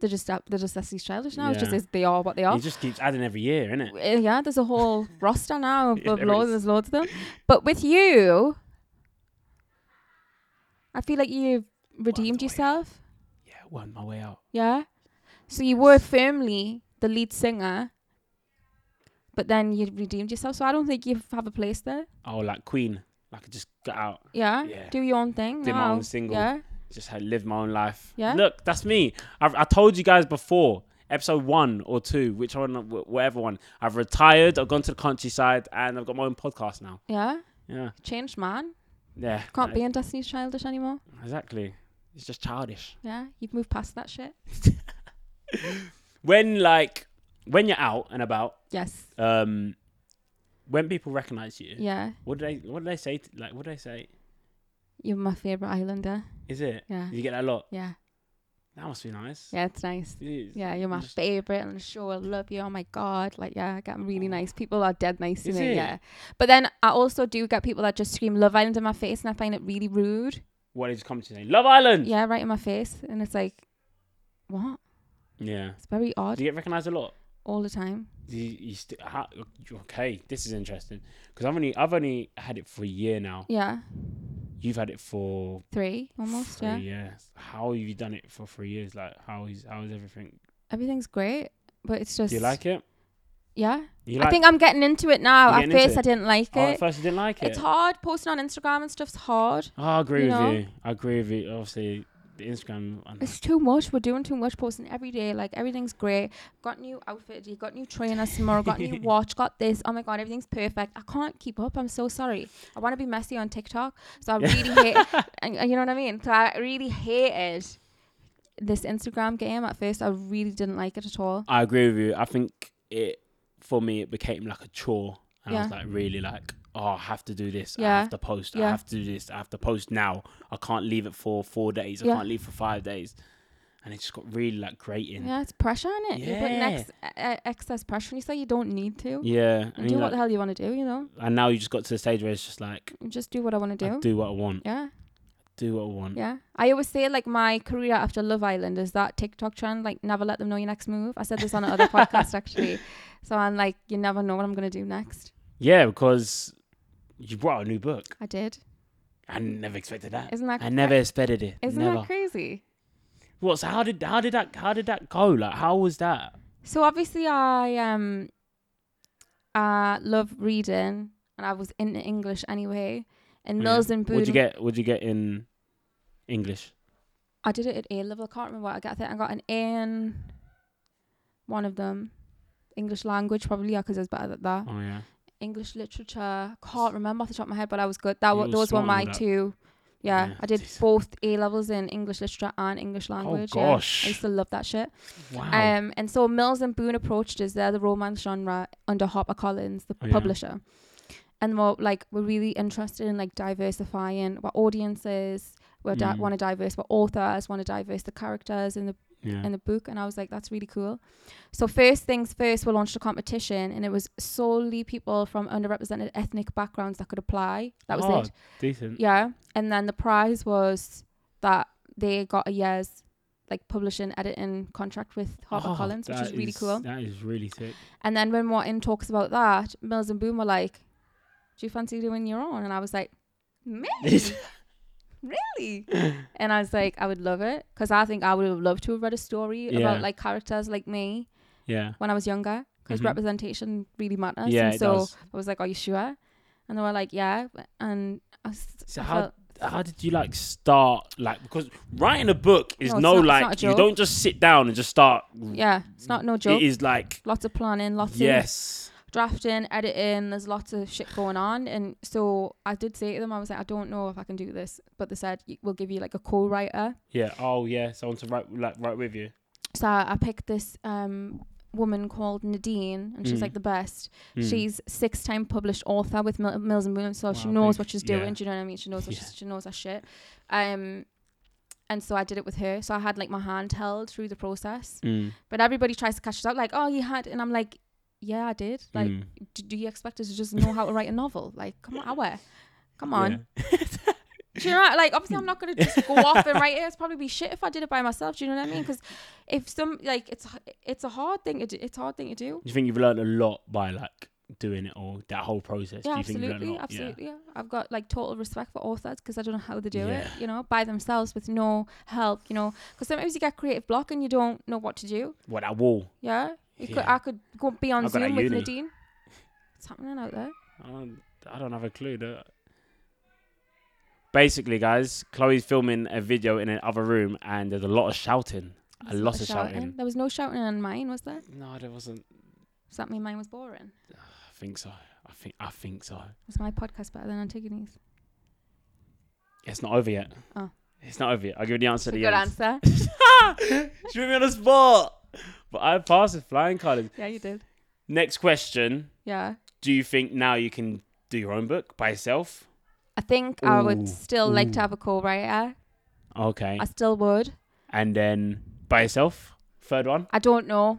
Speaker 2: They're just uh, they're just Leslie's childish now. It's just
Speaker 1: Yeah.
Speaker 2: as they are what they are.
Speaker 1: It just keeps adding every year, innit?
Speaker 2: Uh, yeah, there's a whole roster now of,
Speaker 1: Yeah,
Speaker 2: of
Speaker 1: there
Speaker 2: loads.
Speaker 1: is.
Speaker 2: There's loads of them. But with you, I feel like you've redeemed
Speaker 1: way.
Speaker 2: yourself.
Speaker 1: Yeah, won my way out.
Speaker 2: Yeah. So you were firmly the lead singer, but then you redeemed yourself. So I don't think you have a place there.
Speaker 1: Oh, like Queen. Like I just got out,
Speaker 2: Yeah.
Speaker 1: Yeah.
Speaker 2: Do your own thing.
Speaker 1: Did my
Speaker 2: now.
Speaker 1: own single.
Speaker 2: Yeah.
Speaker 1: just had live my own life.
Speaker 2: Yeah.
Speaker 1: Look, that's me. I've, I told you guys before, episode one or two, which one, wh- whatever one. I've retired. I've gone to the countryside, and I've got my own podcast now.
Speaker 2: Yeah.
Speaker 1: Yeah,
Speaker 2: Changed man.
Speaker 1: yeah.
Speaker 2: Can't be in Destiny's Childish anymore.
Speaker 1: exactly. It's just childish.
Speaker 2: Yeah. You've moved past that shit.
Speaker 1: When like when you're out and about,
Speaker 2: Yes.
Speaker 1: um, when people recognize you,
Speaker 2: Yeah.
Speaker 1: what do they what do they say? To, like what do they say?
Speaker 2: You're my favorite islander.
Speaker 1: Is it?
Speaker 2: Yeah.
Speaker 1: You get that a lot.
Speaker 2: Yeah.
Speaker 1: That must be nice.
Speaker 2: Yeah. It's nice.
Speaker 1: Jeez.
Speaker 2: Yeah, you're my
Speaker 1: Just-
Speaker 2: favorite, and sure, I love you. Oh my god, like yeah, I get really nice. People are dead nice to
Speaker 1: Is
Speaker 2: me.
Speaker 1: it?
Speaker 2: Yeah, but then I also do get people that just scream "Love Island" in my face, and I find it really rude.
Speaker 1: What they just come to you saying, Love Island.
Speaker 2: Yeah, right in my face, and it's like, what?
Speaker 1: Yeah.
Speaker 2: It's very
Speaker 1: Do
Speaker 2: odd
Speaker 1: you get recognized a lot?
Speaker 2: all the time.
Speaker 1: Do you, you st- how, okay, this is interesting because I've only I've only had it for a year now.
Speaker 2: Yeah,
Speaker 1: You've had it for
Speaker 2: three almost.
Speaker 1: three
Speaker 2: yeah,
Speaker 1: years. How have you done it for three years? Like how is how is everything?
Speaker 2: everything's great, but it's just
Speaker 1: Do you like it?
Speaker 2: yeah.
Speaker 1: You like
Speaker 2: I think I'm getting into it now.
Speaker 1: You're
Speaker 2: At
Speaker 1: getting into
Speaker 2: first, I
Speaker 1: it?
Speaker 2: didn't like
Speaker 1: oh,
Speaker 2: it.
Speaker 1: at first you didn't like it.
Speaker 2: It's hard posting on Instagram and stuff's hard.
Speaker 1: Oh, I agree
Speaker 2: you
Speaker 1: with
Speaker 2: know?
Speaker 1: you. I agree with you. Obviously, the Instagram. I know.
Speaker 2: It's too much. We're doing too much posting every day. Like everything's great. Got new outfit. You got new trainers tomorrow. Got new watch. Got this. Oh my god, everything's perfect. I can't keep up. I'm so sorry. I want to be messy on TikTok, so I really hate. And, and you know what I mean? So I really hated this Instagram game at first. I really didn't like it at all.
Speaker 1: I agree with you. I think it for me it became like a chore, and I was
Speaker 2: Yeah.
Speaker 1: like really like, oh, I have to do this. I
Speaker 2: Yeah.
Speaker 1: have to post. I
Speaker 2: Yeah.
Speaker 1: have to do this. I have to post now. I can't leave it for four days. I
Speaker 2: Yeah.
Speaker 1: can't leave for five days, and it just got really like grating. Yeah,
Speaker 2: Yeah, it's pressure on it. You put
Speaker 1: Yeah.
Speaker 2: next, uh, excess pressure on yourself. You don't need to.
Speaker 1: I
Speaker 2: You
Speaker 1: mean,
Speaker 2: do what
Speaker 1: like,
Speaker 2: the hell you want to do. You know,
Speaker 1: and now you just got to the stage where it's just like,
Speaker 2: You just do what I want to
Speaker 1: I
Speaker 2: do.
Speaker 1: do Mm. what I want.
Speaker 2: Yeah.
Speaker 1: Do what I want.
Speaker 2: Yeah. I always say like my career after Love Island is that TikTok trend, like never let them know your next move. I said this on another podcast actually. So I'm like, you never know what I'm gonna do next.
Speaker 1: Yeah, because you brought out a new book.
Speaker 2: I did.
Speaker 1: I never expected that.
Speaker 2: Isn't that
Speaker 1: I never expected it.
Speaker 2: isn't
Speaker 1: never.
Speaker 2: that crazy?
Speaker 1: What? So how did how did that how did that go? Like how was that?
Speaker 2: So obviously I um uh love reading and I was into English anyway. And
Speaker 1: Oh, Yeah.
Speaker 2: Mills and
Speaker 1: What'd you
Speaker 2: Boone
Speaker 1: get? What'd you get in English?
Speaker 2: I did it at A level. I can't remember what I got. I think I got an A in one of them. English language probably, yeah, because I was better at that.
Speaker 1: Oh yeah.
Speaker 2: English literature. Can't remember off the top of my head, but I was good. That
Speaker 1: You
Speaker 2: wa-
Speaker 1: were
Speaker 2: those were
Speaker 1: smart
Speaker 2: my
Speaker 1: with that.
Speaker 2: two. Yeah,
Speaker 1: Yeah,
Speaker 2: I did
Speaker 1: decent.
Speaker 2: both A levels in English literature and English language. yeah.
Speaker 1: gosh.
Speaker 2: I used to love that shit.
Speaker 1: Wow.
Speaker 2: Um, and so Mills and Boone approached us. They're the romance genre under HarperCollins, the
Speaker 1: Oh, yeah.
Speaker 2: publisher. And we're like, we're really interested in like diversifying our audiences. We di-
Speaker 1: Mm.
Speaker 2: want to diverse our authors, want to diverse the characters in the
Speaker 1: yeah.
Speaker 2: in the book and I was like that's really cool. So first things first we launched a competition and it was solely people from underrepresented ethnic backgrounds that could apply. That was
Speaker 1: Oh,
Speaker 2: it.
Speaker 1: Decent.
Speaker 2: Yeah. And then the prize was that they got a year's like publishing editing contract with
Speaker 1: Oh,
Speaker 2: HarperCollins, which
Speaker 1: that
Speaker 2: was really cool.
Speaker 1: That is really sick.
Speaker 2: And then when Martin talks about that, Mills and Boom were like, Do you fancy doing your own? And I was like, Me? really? And I was like, I would love it. Because I think I would have loved to have read a story
Speaker 1: Yeah.
Speaker 2: about like characters like me
Speaker 1: yeah.
Speaker 2: when I was younger because
Speaker 1: Mhm.
Speaker 2: representation really matters.
Speaker 1: Yeah,
Speaker 2: and
Speaker 1: it
Speaker 2: so
Speaker 1: does.
Speaker 2: I was like, "Are you sure?" And they were like, "Yeah." And I was,
Speaker 1: So
Speaker 2: I
Speaker 1: how-
Speaker 2: felt-
Speaker 1: How did you like start like because writing a book is no,
Speaker 2: No, it's not- it's not
Speaker 1: like
Speaker 2: a
Speaker 1: you
Speaker 2: joke.
Speaker 1: don't just sit down and just start
Speaker 2: yeah, it's not no joke.
Speaker 1: It is like
Speaker 2: lots of planning, lots of
Speaker 1: yes.
Speaker 2: drafting, editing. There's lots of shit going on, and so I did say to them, "I was like, I don't know if I can do this," but they said, "Y- "We'll give you like a co-writer."
Speaker 1: Yeah. Oh yeah. Someone to write like write with you.
Speaker 2: So I picked this um woman called Nadine, and she's
Speaker 1: Mm.
Speaker 2: like the best.
Speaker 1: Mm.
Speaker 2: She's six-time published author with Mil- Mills and Boone, so she
Speaker 1: Wow,
Speaker 2: knows
Speaker 1: big.
Speaker 2: what she's
Speaker 1: Yeah.
Speaker 2: doing. Do you know what I mean? She knows what
Speaker 1: Yeah.
Speaker 2: she's, she knows her shit. Um, and so I did it with her. So I had like my hand held through the process.
Speaker 1: Mm.
Speaker 2: But everybody tries to catch us up, like, "Oh, you had," and I'm like, "Yeah, I did." Like,
Speaker 1: Mm.
Speaker 2: d- do you expect us to just know how to write a novel? Like, come on, hour. Come on.
Speaker 1: Yeah.
Speaker 2: Do you know? what- Like, obviously, I'm not gonna just go off and write it. It's probably be shit if I did it by myself. Do you know what I mean? Because if some like it's it's a hard thing to do. It's a hard thing to do.
Speaker 1: You think you've learned a lot by like doing it all, that whole process.
Speaker 2: Yeah,
Speaker 1: do you think you learned a
Speaker 2: absolutely,
Speaker 1: lot?
Speaker 2: absolutely. Yeah. I've got like total respect for authors because I don't know how they do it,
Speaker 1: Yeah.
Speaker 2: you know, by themselves with no help, you know, because sometimes you get creative block and you don't know what to do.
Speaker 1: Yeah. What that wall?
Speaker 2: Yeah, you could.
Speaker 1: Yeah.
Speaker 2: I could go be on
Speaker 1: I've got a
Speaker 2: Zoom with
Speaker 1: uni.
Speaker 2: Nadine. What's happening out there?
Speaker 1: I don't, I don't have a clue. Do I? Basically, guys, Chloe's filming a video in another room, and there's a lot of shouting. A
Speaker 2: There's
Speaker 1: lot of shouting.
Speaker 2: There was no shouting on mine, was there?
Speaker 1: No, there wasn't.
Speaker 2: Does that mean mine was boring?
Speaker 1: I think so. I think I think so.
Speaker 2: Was my podcast better than Antigone's?
Speaker 1: It's not over yet.
Speaker 2: Oh.
Speaker 1: It's not over yet. I'll give you the answer
Speaker 2: It's
Speaker 1: at
Speaker 2: a
Speaker 1: the
Speaker 2: good
Speaker 1: end.
Speaker 2: answer.
Speaker 1: she put me on the spot. But I passed with flying colours.
Speaker 2: yeah, you did.
Speaker 1: Next question.
Speaker 2: Yeah.
Speaker 1: Do you think now you can do your own book by yourself?
Speaker 2: I think I
Speaker 1: Ooh,
Speaker 2: would still like
Speaker 1: ooh.
Speaker 2: to have a co-writer.
Speaker 1: Okay.
Speaker 2: I still would.
Speaker 1: And then by yourself? Third one?
Speaker 2: I don't know.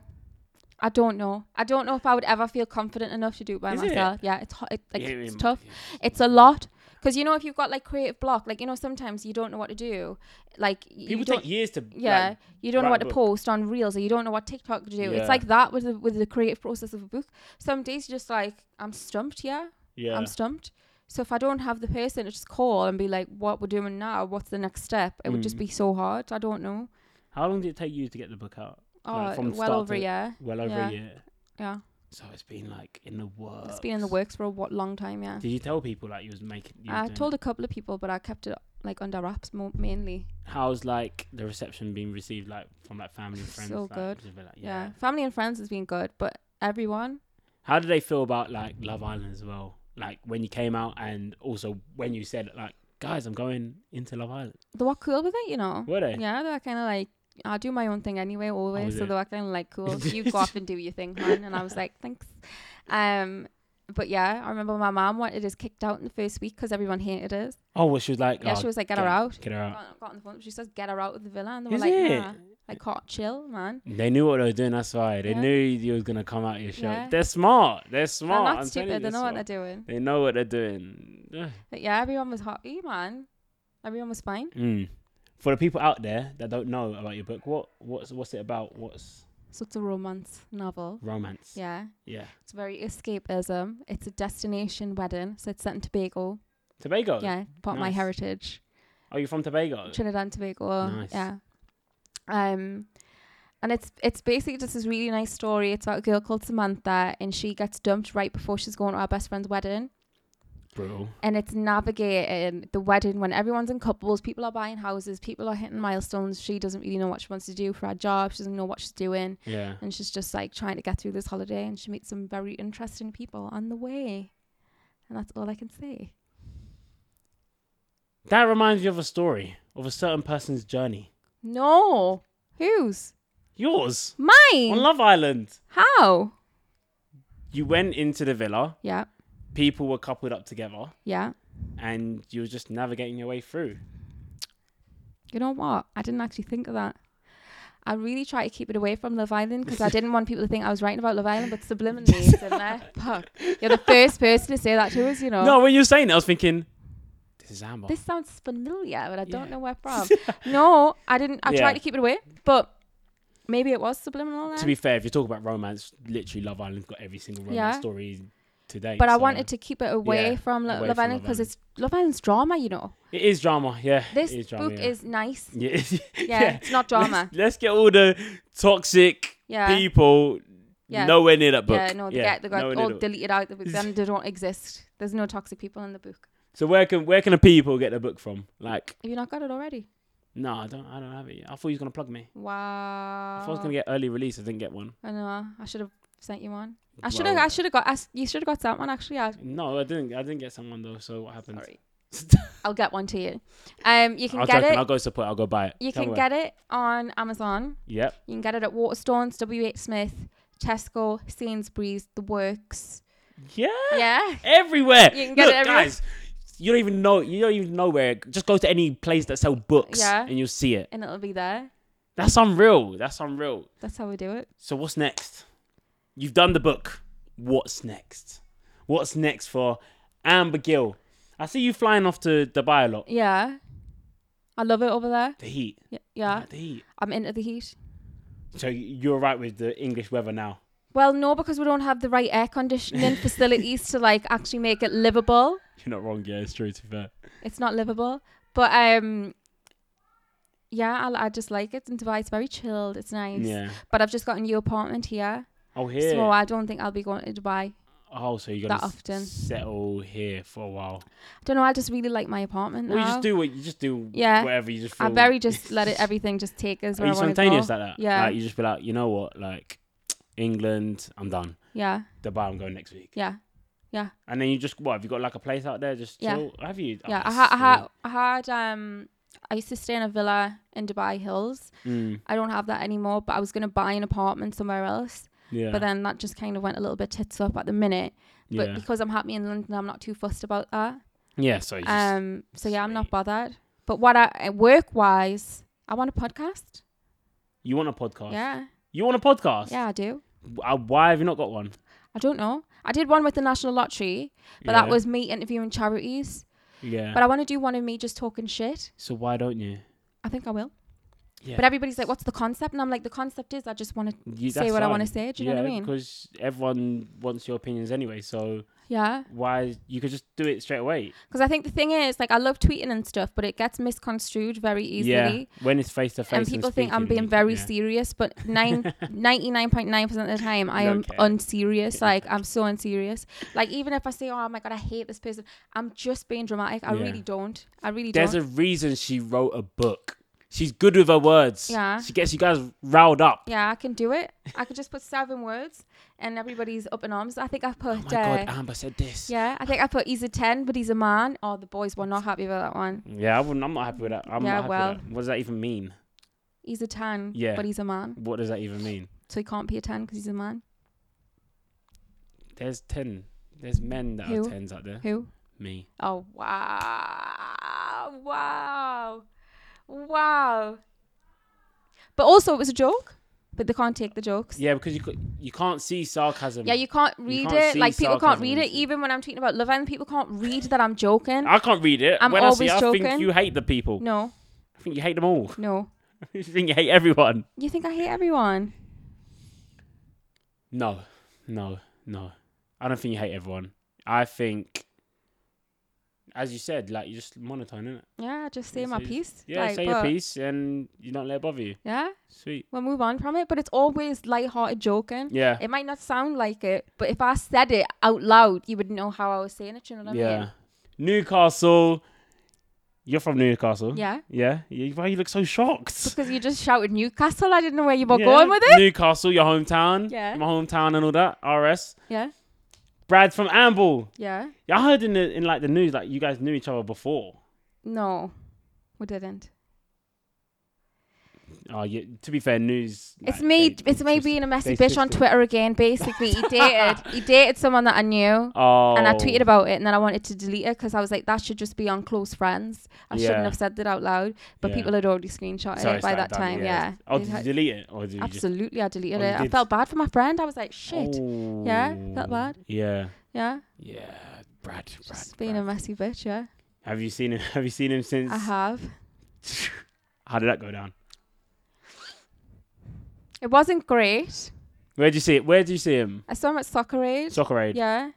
Speaker 2: I don't know. I don't know if I would ever feel confident enough to do it by
Speaker 1: Is it?
Speaker 2: myself. Yeah, it's ho- it, like
Speaker 1: Yeah,
Speaker 2: it's
Speaker 1: yeah,
Speaker 2: tough.
Speaker 1: yeah.
Speaker 2: It's a lot because you know if you've got like creative block, like you know sometimes you don't know what to do. Like y- you
Speaker 1: People
Speaker 2: don't,
Speaker 1: take years to
Speaker 2: yeah,
Speaker 1: like,
Speaker 2: you don't
Speaker 1: write
Speaker 2: know
Speaker 1: a
Speaker 2: what to
Speaker 1: book.
Speaker 2: post on reels, or you don't know what TikTok to do.
Speaker 1: Yeah.
Speaker 2: It's like that with the, with the creative process of a book. Some days you're just like I'm stumped. Yeah,
Speaker 1: yeah.
Speaker 2: I'm stumped. So if I don't have the person to just call and be like, "What we're doing now? What's the next step?" It would just
Speaker 1: Mm.
Speaker 2: be so hard. I don't know.
Speaker 1: How long did it take you to get the book out?
Speaker 2: Oh,
Speaker 1: Like, from
Speaker 2: well
Speaker 1: start
Speaker 2: over a
Speaker 1: to-
Speaker 2: year.
Speaker 1: Well over
Speaker 2: Yeah.
Speaker 1: a year.
Speaker 2: Yeah.
Speaker 1: So it's been like in the works.
Speaker 2: It's been in the works for a wa- long time, yeah.
Speaker 1: Did you tell people like you was making? You
Speaker 2: I told a couple of people, but I kept it like under wraps mo- mainly.
Speaker 1: How's like the reception being received like from like family and friends?
Speaker 2: So
Speaker 1: like,
Speaker 2: good.
Speaker 1: just be like,
Speaker 2: Yeah. family and friends has been good, but everyone,
Speaker 1: How do they feel about like Love Island as well? Like when you came out and also when you said like, guys, I'm going into Love Island.
Speaker 2: they were cool with it, you know.
Speaker 1: Were they?
Speaker 2: Yeah, they were kind of like, I do my own thing anyway, always.
Speaker 1: is
Speaker 2: so
Speaker 1: it?
Speaker 2: they were kind of like, cool. you go off and do your thing, man. And I was like, thanks. Um, but yeah, I remember my mom wanted us kicked out in the first week because everyone hated us.
Speaker 1: Oh, well, she was like,
Speaker 2: Yeah,
Speaker 1: oh,
Speaker 2: she was like, get her out.
Speaker 1: Get her out.
Speaker 2: Got, got on the phone. She says, get her out of the villa, and they were
Speaker 1: Is
Speaker 2: like,
Speaker 1: it?
Speaker 2: nah, like, hot chill, man.
Speaker 1: They knew what they were doing. That's why they
Speaker 2: Yeah.
Speaker 1: knew you was gonna come out of your show.
Speaker 2: Yeah.
Speaker 1: They're smart. They're smart.
Speaker 2: They're not
Speaker 1: I'm telling you,
Speaker 2: stupid. They know what
Speaker 1: smart.
Speaker 2: they're doing.
Speaker 1: They know what they're doing. Ugh.
Speaker 2: But yeah, everyone was happy, man. Everyone was fine.
Speaker 1: Mm. For the people out there that don't know about your book, what what's what's it about? What's
Speaker 2: So it's a romance novel.
Speaker 1: romance?
Speaker 2: Yeah.
Speaker 1: Yeah.
Speaker 2: It's very escapism. It's a destination wedding. So it's set in Tobago.
Speaker 1: Tobago.
Speaker 2: yeah. Part of my
Speaker 1: Oh, nice.
Speaker 2: heritage.
Speaker 1: Are you from Tobago?
Speaker 2: Trinidad and Tobago.
Speaker 1: Nice.
Speaker 2: Yeah. Um and it's it's basically just this really nice story. It's about a girl called Samantha and she gets dumped right before she's going to our best friend's wedding.
Speaker 1: Brutal.
Speaker 2: and it's navigating the wedding when everyone's in couples, people are buying houses, people are hitting milestones. She doesn't really know what she wants to do for her job. She doesn't know what she's doing,
Speaker 1: Yeah.
Speaker 2: and she's just like trying to get through this holiday. And she meets some very interesting people on the way, and that's all I can say.
Speaker 1: That reminds me of a story of a certain person's journey.
Speaker 2: No, whose
Speaker 1: Yours on
Speaker 2: mine?
Speaker 1: Love Island.
Speaker 2: How?
Speaker 1: You went into the villa.
Speaker 2: Yeah,
Speaker 1: People were coupled up together,
Speaker 2: yeah.
Speaker 1: and you were just navigating your way through.
Speaker 2: You know what? I didn't actually think of that. I really try to keep it away from Love Island because I didn't want people to think I was writing about Love Island, but subliminally it's in there. Fuck. You're the first person to say that to us, you know.
Speaker 1: No, when you were saying it, I was thinking, this is Amber.
Speaker 2: Oh. This sounds familiar, but I don't
Speaker 1: Yeah.
Speaker 2: know where from. no, I didn't. I
Speaker 1: Yeah.
Speaker 2: tried to keep it away, but maybe it was subliminal.
Speaker 1: to
Speaker 2: Then.
Speaker 1: be fair, if you talk about romance, literally Love Island's got every single romance
Speaker 2: Yeah.
Speaker 1: story today.
Speaker 2: but I
Speaker 1: so-
Speaker 2: wanted to keep it away
Speaker 1: Yeah,
Speaker 2: from Lo-
Speaker 1: away
Speaker 2: Love
Speaker 1: from
Speaker 2: Island
Speaker 1: Love
Speaker 2: because
Speaker 1: Island.
Speaker 2: it's Love Island's drama, you know.
Speaker 1: It is drama, yeah. it
Speaker 2: This
Speaker 1: is drama,
Speaker 2: book
Speaker 1: yeah.
Speaker 2: is nice.
Speaker 1: Yeah, it is-
Speaker 2: Yeah,
Speaker 1: yeah.
Speaker 2: it's not drama.
Speaker 1: Let's, let's get all the toxic
Speaker 2: Yeah.
Speaker 1: people
Speaker 2: Yeah.
Speaker 1: nowhere near that book.
Speaker 2: Yeah, no, they get they got
Speaker 1: nowhere near
Speaker 2: all
Speaker 1: the book.
Speaker 2: deleted out the book. Then they don't exist. There's no toxic people in the book.
Speaker 1: So where can where can the people get the book from? Like,
Speaker 2: Have you not got it already?
Speaker 1: no, I don't I don't have it. Yet. I thought you was gonna plug me.
Speaker 2: Wow.
Speaker 1: I thought I was gonna get early release. I didn't get one.
Speaker 2: I know. I should have sent you one. I should have.
Speaker 1: Well-
Speaker 2: I should have got. I s you should have got that one actually. I,
Speaker 1: No, I didn't. I didn't get someone though. So what happens?
Speaker 2: sorry. I'll get one to you. Um, you can
Speaker 1: I'll
Speaker 2: get
Speaker 1: joking,
Speaker 2: it.
Speaker 1: I'll go support. I'll go buy it.
Speaker 2: You
Speaker 1: Tell
Speaker 2: can
Speaker 1: me where.
Speaker 2: get it on Amazon.
Speaker 1: Yep.
Speaker 2: You can get it at Waterstones, WH Smith, Tesco, Sainsbury's, The Works.
Speaker 1: Yeah.
Speaker 2: Yeah.
Speaker 1: Everywhere.
Speaker 2: You can get
Speaker 1: Look,
Speaker 2: it everywhere.
Speaker 1: guys. You don't even know. You don't even know where. Just go to any place that sell books,
Speaker 2: Yeah.
Speaker 1: and you'll see it.
Speaker 2: And it'll be there.
Speaker 1: That's unreal. That's unreal.
Speaker 2: That's how we do it.
Speaker 1: So what's next? You've done the book. What's next? What's next for Amber Gill? I see you flying off to Dubai a lot.
Speaker 2: Yeah. I love it over there.
Speaker 1: The heat.
Speaker 2: Y-
Speaker 1: I
Speaker 2: Yeah.
Speaker 1: like The heat.
Speaker 2: I'm into the heat.
Speaker 1: So you're right with the English weather now.
Speaker 2: Well, no, because we don't have the right air conditioning facilities to like actually make it livable.
Speaker 1: You're not wrong. Yeah, it's true. To be fair,
Speaker 2: It's not livable, but um, yeah, I, I just like it in Dubai. It's very chilled. It's nice.
Speaker 1: yeah.
Speaker 2: But I've just got a new apartment here,
Speaker 1: Oh here.
Speaker 2: so I don't think I'll be going to Dubai.
Speaker 1: oh, so you're gonna
Speaker 2: that
Speaker 1: s-
Speaker 2: often.
Speaker 1: settle here for a while.
Speaker 2: I don't know. I just really like my apartment
Speaker 1: Well, you
Speaker 2: now.
Speaker 1: just do what you just do.
Speaker 2: Yeah.
Speaker 1: Whatever you just. Feel.
Speaker 2: I very just let it everything just take us
Speaker 1: Are
Speaker 2: where
Speaker 1: you
Speaker 2: I want to
Speaker 1: spontaneous
Speaker 2: go.
Speaker 1: like that?
Speaker 2: Yeah.
Speaker 1: Like you just be like, you know what, like England, I'm done.
Speaker 2: Yeah,
Speaker 1: Dubai, I'm going next week.
Speaker 2: yeah,
Speaker 1: And then you just what? Have you got like a place out there? Just
Speaker 2: Yeah.
Speaker 1: chill? Have you?
Speaker 2: yeah.
Speaker 1: Oh,
Speaker 2: I, ha-
Speaker 1: sweet.
Speaker 2: I, ha- I had um, I used to stay in a villa in Dubai Hills.
Speaker 1: Mm,
Speaker 2: I don't have that anymore, but I was gonna buy an apartment somewhere else.
Speaker 1: yeah.
Speaker 2: But then that just kind of went a little bit tits up at the minute. But
Speaker 1: yeah.
Speaker 2: because I'm happy in London, I'm not too fussed about that.
Speaker 1: yeah. So you just,
Speaker 2: Um, so yeah, I'm not
Speaker 1: sweet.
Speaker 2: bothered. But what I work wise, I want a podcast.
Speaker 1: you want a podcast?
Speaker 2: Yeah,
Speaker 1: You want a podcast?
Speaker 2: yeah, I do.
Speaker 1: Uh, why have you not got one?
Speaker 2: I don't know. I did one with the National Lottery, but that
Speaker 1: Yeah.
Speaker 2: was me interviewing charities.
Speaker 1: yeah.
Speaker 2: But I want to do one of me just talking shit.
Speaker 1: so why don't you?
Speaker 2: I think I will.
Speaker 1: Yeah.
Speaker 2: But everybody's like, "What's the concept?" And I'm like, "The concept is I just want to
Speaker 1: You-
Speaker 2: say
Speaker 1: that's
Speaker 2: what I want to
Speaker 1: fine.
Speaker 2: say." Do you
Speaker 1: yeah,
Speaker 2: know what I mean?
Speaker 1: Because everyone wants your opinions anyway. So
Speaker 2: Yeah.
Speaker 1: why you could just do it straight away?
Speaker 2: Because I think the thing is, like, I love tweeting and stuff, but it gets misconstrued very easily.
Speaker 1: Yeah. When it's face to face,
Speaker 2: and people think I'm being very serious, but nine, 99.9% of the time, I
Speaker 1: No
Speaker 2: am
Speaker 1: care.
Speaker 2: unserious. Like, I'm so unserious. Like, even if I say, oh my God, I hate this person, I'm just being dramatic. I
Speaker 1: Yeah.
Speaker 2: really don't. I really
Speaker 1: There's
Speaker 2: don't.
Speaker 1: a reason she wrote a book. She's good with her words.
Speaker 2: Yeah.
Speaker 1: She gets you guys riled up.
Speaker 2: yeah, I can do it. I could just put seven words and everybody's up in arms. I think I put,
Speaker 1: Oh my
Speaker 2: uh,
Speaker 1: god, Amber said this.
Speaker 2: yeah, I think I put, he's a 10, but he's a man. Oh, the boys were not happy about that one.
Speaker 1: Yeah, I wouldn't, I'm not happy with that. I'm
Speaker 2: Yeah,
Speaker 1: not happy
Speaker 2: well.
Speaker 1: with that. What does that even mean?
Speaker 2: He's a 10,
Speaker 1: Yeah.
Speaker 2: but he's a man.
Speaker 1: What does that even mean?
Speaker 2: So he can't be a 10 because he's a man.
Speaker 1: There's ten. There's men that
Speaker 2: Who?
Speaker 1: are tens out there.
Speaker 2: Who?
Speaker 1: Me.
Speaker 2: Oh wow. Wow. Wow. But also it was a joke. But they can't take the jokes. Yeah,
Speaker 1: Yeah, because you c- you can't see sarcasm.
Speaker 2: you can't read
Speaker 1: can't
Speaker 2: it.
Speaker 1: see
Speaker 2: Like people can't
Speaker 1: sarcasm
Speaker 2: read
Speaker 1: when
Speaker 2: it.
Speaker 1: you see-
Speaker 2: Even when I'm tweeting about Love Island, people can't read that I'm joking.
Speaker 1: I can't read it.
Speaker 2: I'm
Speaker 1: when I see,
Speaker 2: always
Speaker 1: it, I
Speaker 2: joking.
Speaker 1: think you hate the people.
Speaker 2: No,
Speaker 1: I think you hate them all.
Speaker 2: no.
Speaker 1: you think you hate everyone.
Speaker 2: You think I hate everyone?
Speaker 1: No, no, no. I don't think you hate everyone. I think, as you said, like you're just monotone, innit?
Speaker 2: Yeah, I just say
Speaker 1: Yeah,
Speaker 2: my
Speaker 1: so you-
Speaker 2: piece.
Speaker 1: Yeah,
Speaker 2: like,
Speaker 1: say your
Speaker 2: but-
Speaker 1: piece and you don't let it bother you.
Speaker 2: Yeah,
Speaker 1: Sweet.
Speaker 2: we'll move on from it. But it's always light-hearted joking.
Speaker 1: Yeah.
Speaker 2: It might not sound like it, but if I said it out loud, you would know how I was saying it. You know what I
Speaker 1: Yeah. Newcastle. You're from Newcastle.
Speaker 2: mean? Yeah.
Speaker 1: Yeah. You- Why you look so shocked?
Speaker 2: Because you just shouted Newcastle. I didn't know where you were
Speaker 1: Yeah.
Speaker 2: going with it.
Speaker 1: Newcastle, your hometown.
Speaker 2: Yeah.
Speaker 1: My hometown and all that. RS.
Speaker 2: Yeah,
Speaker 1: Brad's from Amble.
Speaker 2: yeah.
Speaker 1: Yeah, I heard in the in like the news like you guys knew each other before.
Speaker 2: No, we didn't.
Speaker 1: Oh, yeah, to be fair, news.
Speaker 2: it's
Speaker 1: like,
Speaker 2: me.
Speaker 1: they-
Speaker 2: it's me being a messy
Speaker 1: they
Speaker 2: bitch on
Speaker 1: just-
Speaker 2: Twitter again. Basically, he dated. he dated someone that I knew.
Speaker 1: Oh.
Speaker 2: And I tweeted about it, and then I wanted to delete it because I was like, "That should just be on close friends." I
Speaker 1: Yeah.
Speaker 2: shouldn't have said that out loud, but
Speaker 1: Yeah.
Speaker 2: people had already screenshotted
Speaker 1: Sorry,
Speaker 2: it by
Speaker 1: it's
Speaker 2: that
Speaker 1: done,
Speaker 2: time. Yeah,
Speaker 1: Oh,
Speaker 2: They'd
Speaker 1: did you
Speaker 2: had-
Speaker 1: delete it or did you just?
Speaker 2: absolutely, I deleted
Speaker 1: Oh, you
Speaker 2: it. I
Speaker 1: did.
Speaker 2: felt bad for my friend. I was like, "Shit, Yeah, felt
Speaker 1: Oh.
Speaker 2: bad.
Speaker 1: Yeah,
Speaker 2: yeah,
Speaker 1: yeah. Brad, Brad,
Speaker 2: just being
Speaker 1: Brad.
Speaker 2: a messy bitch." Yeah,
Speaker 1: Have you seen him? Have you seen him since?
Speaker 2: I have.
Speaker 1: How did that go down?
Speaker 2: It wasn't great.
Speaker 1: Where would you see it? Where do you see him?
Speaker 2: I saw him at Soccer Aid.
Speaker 1: Soccer aid.
Speaker 2: yeah.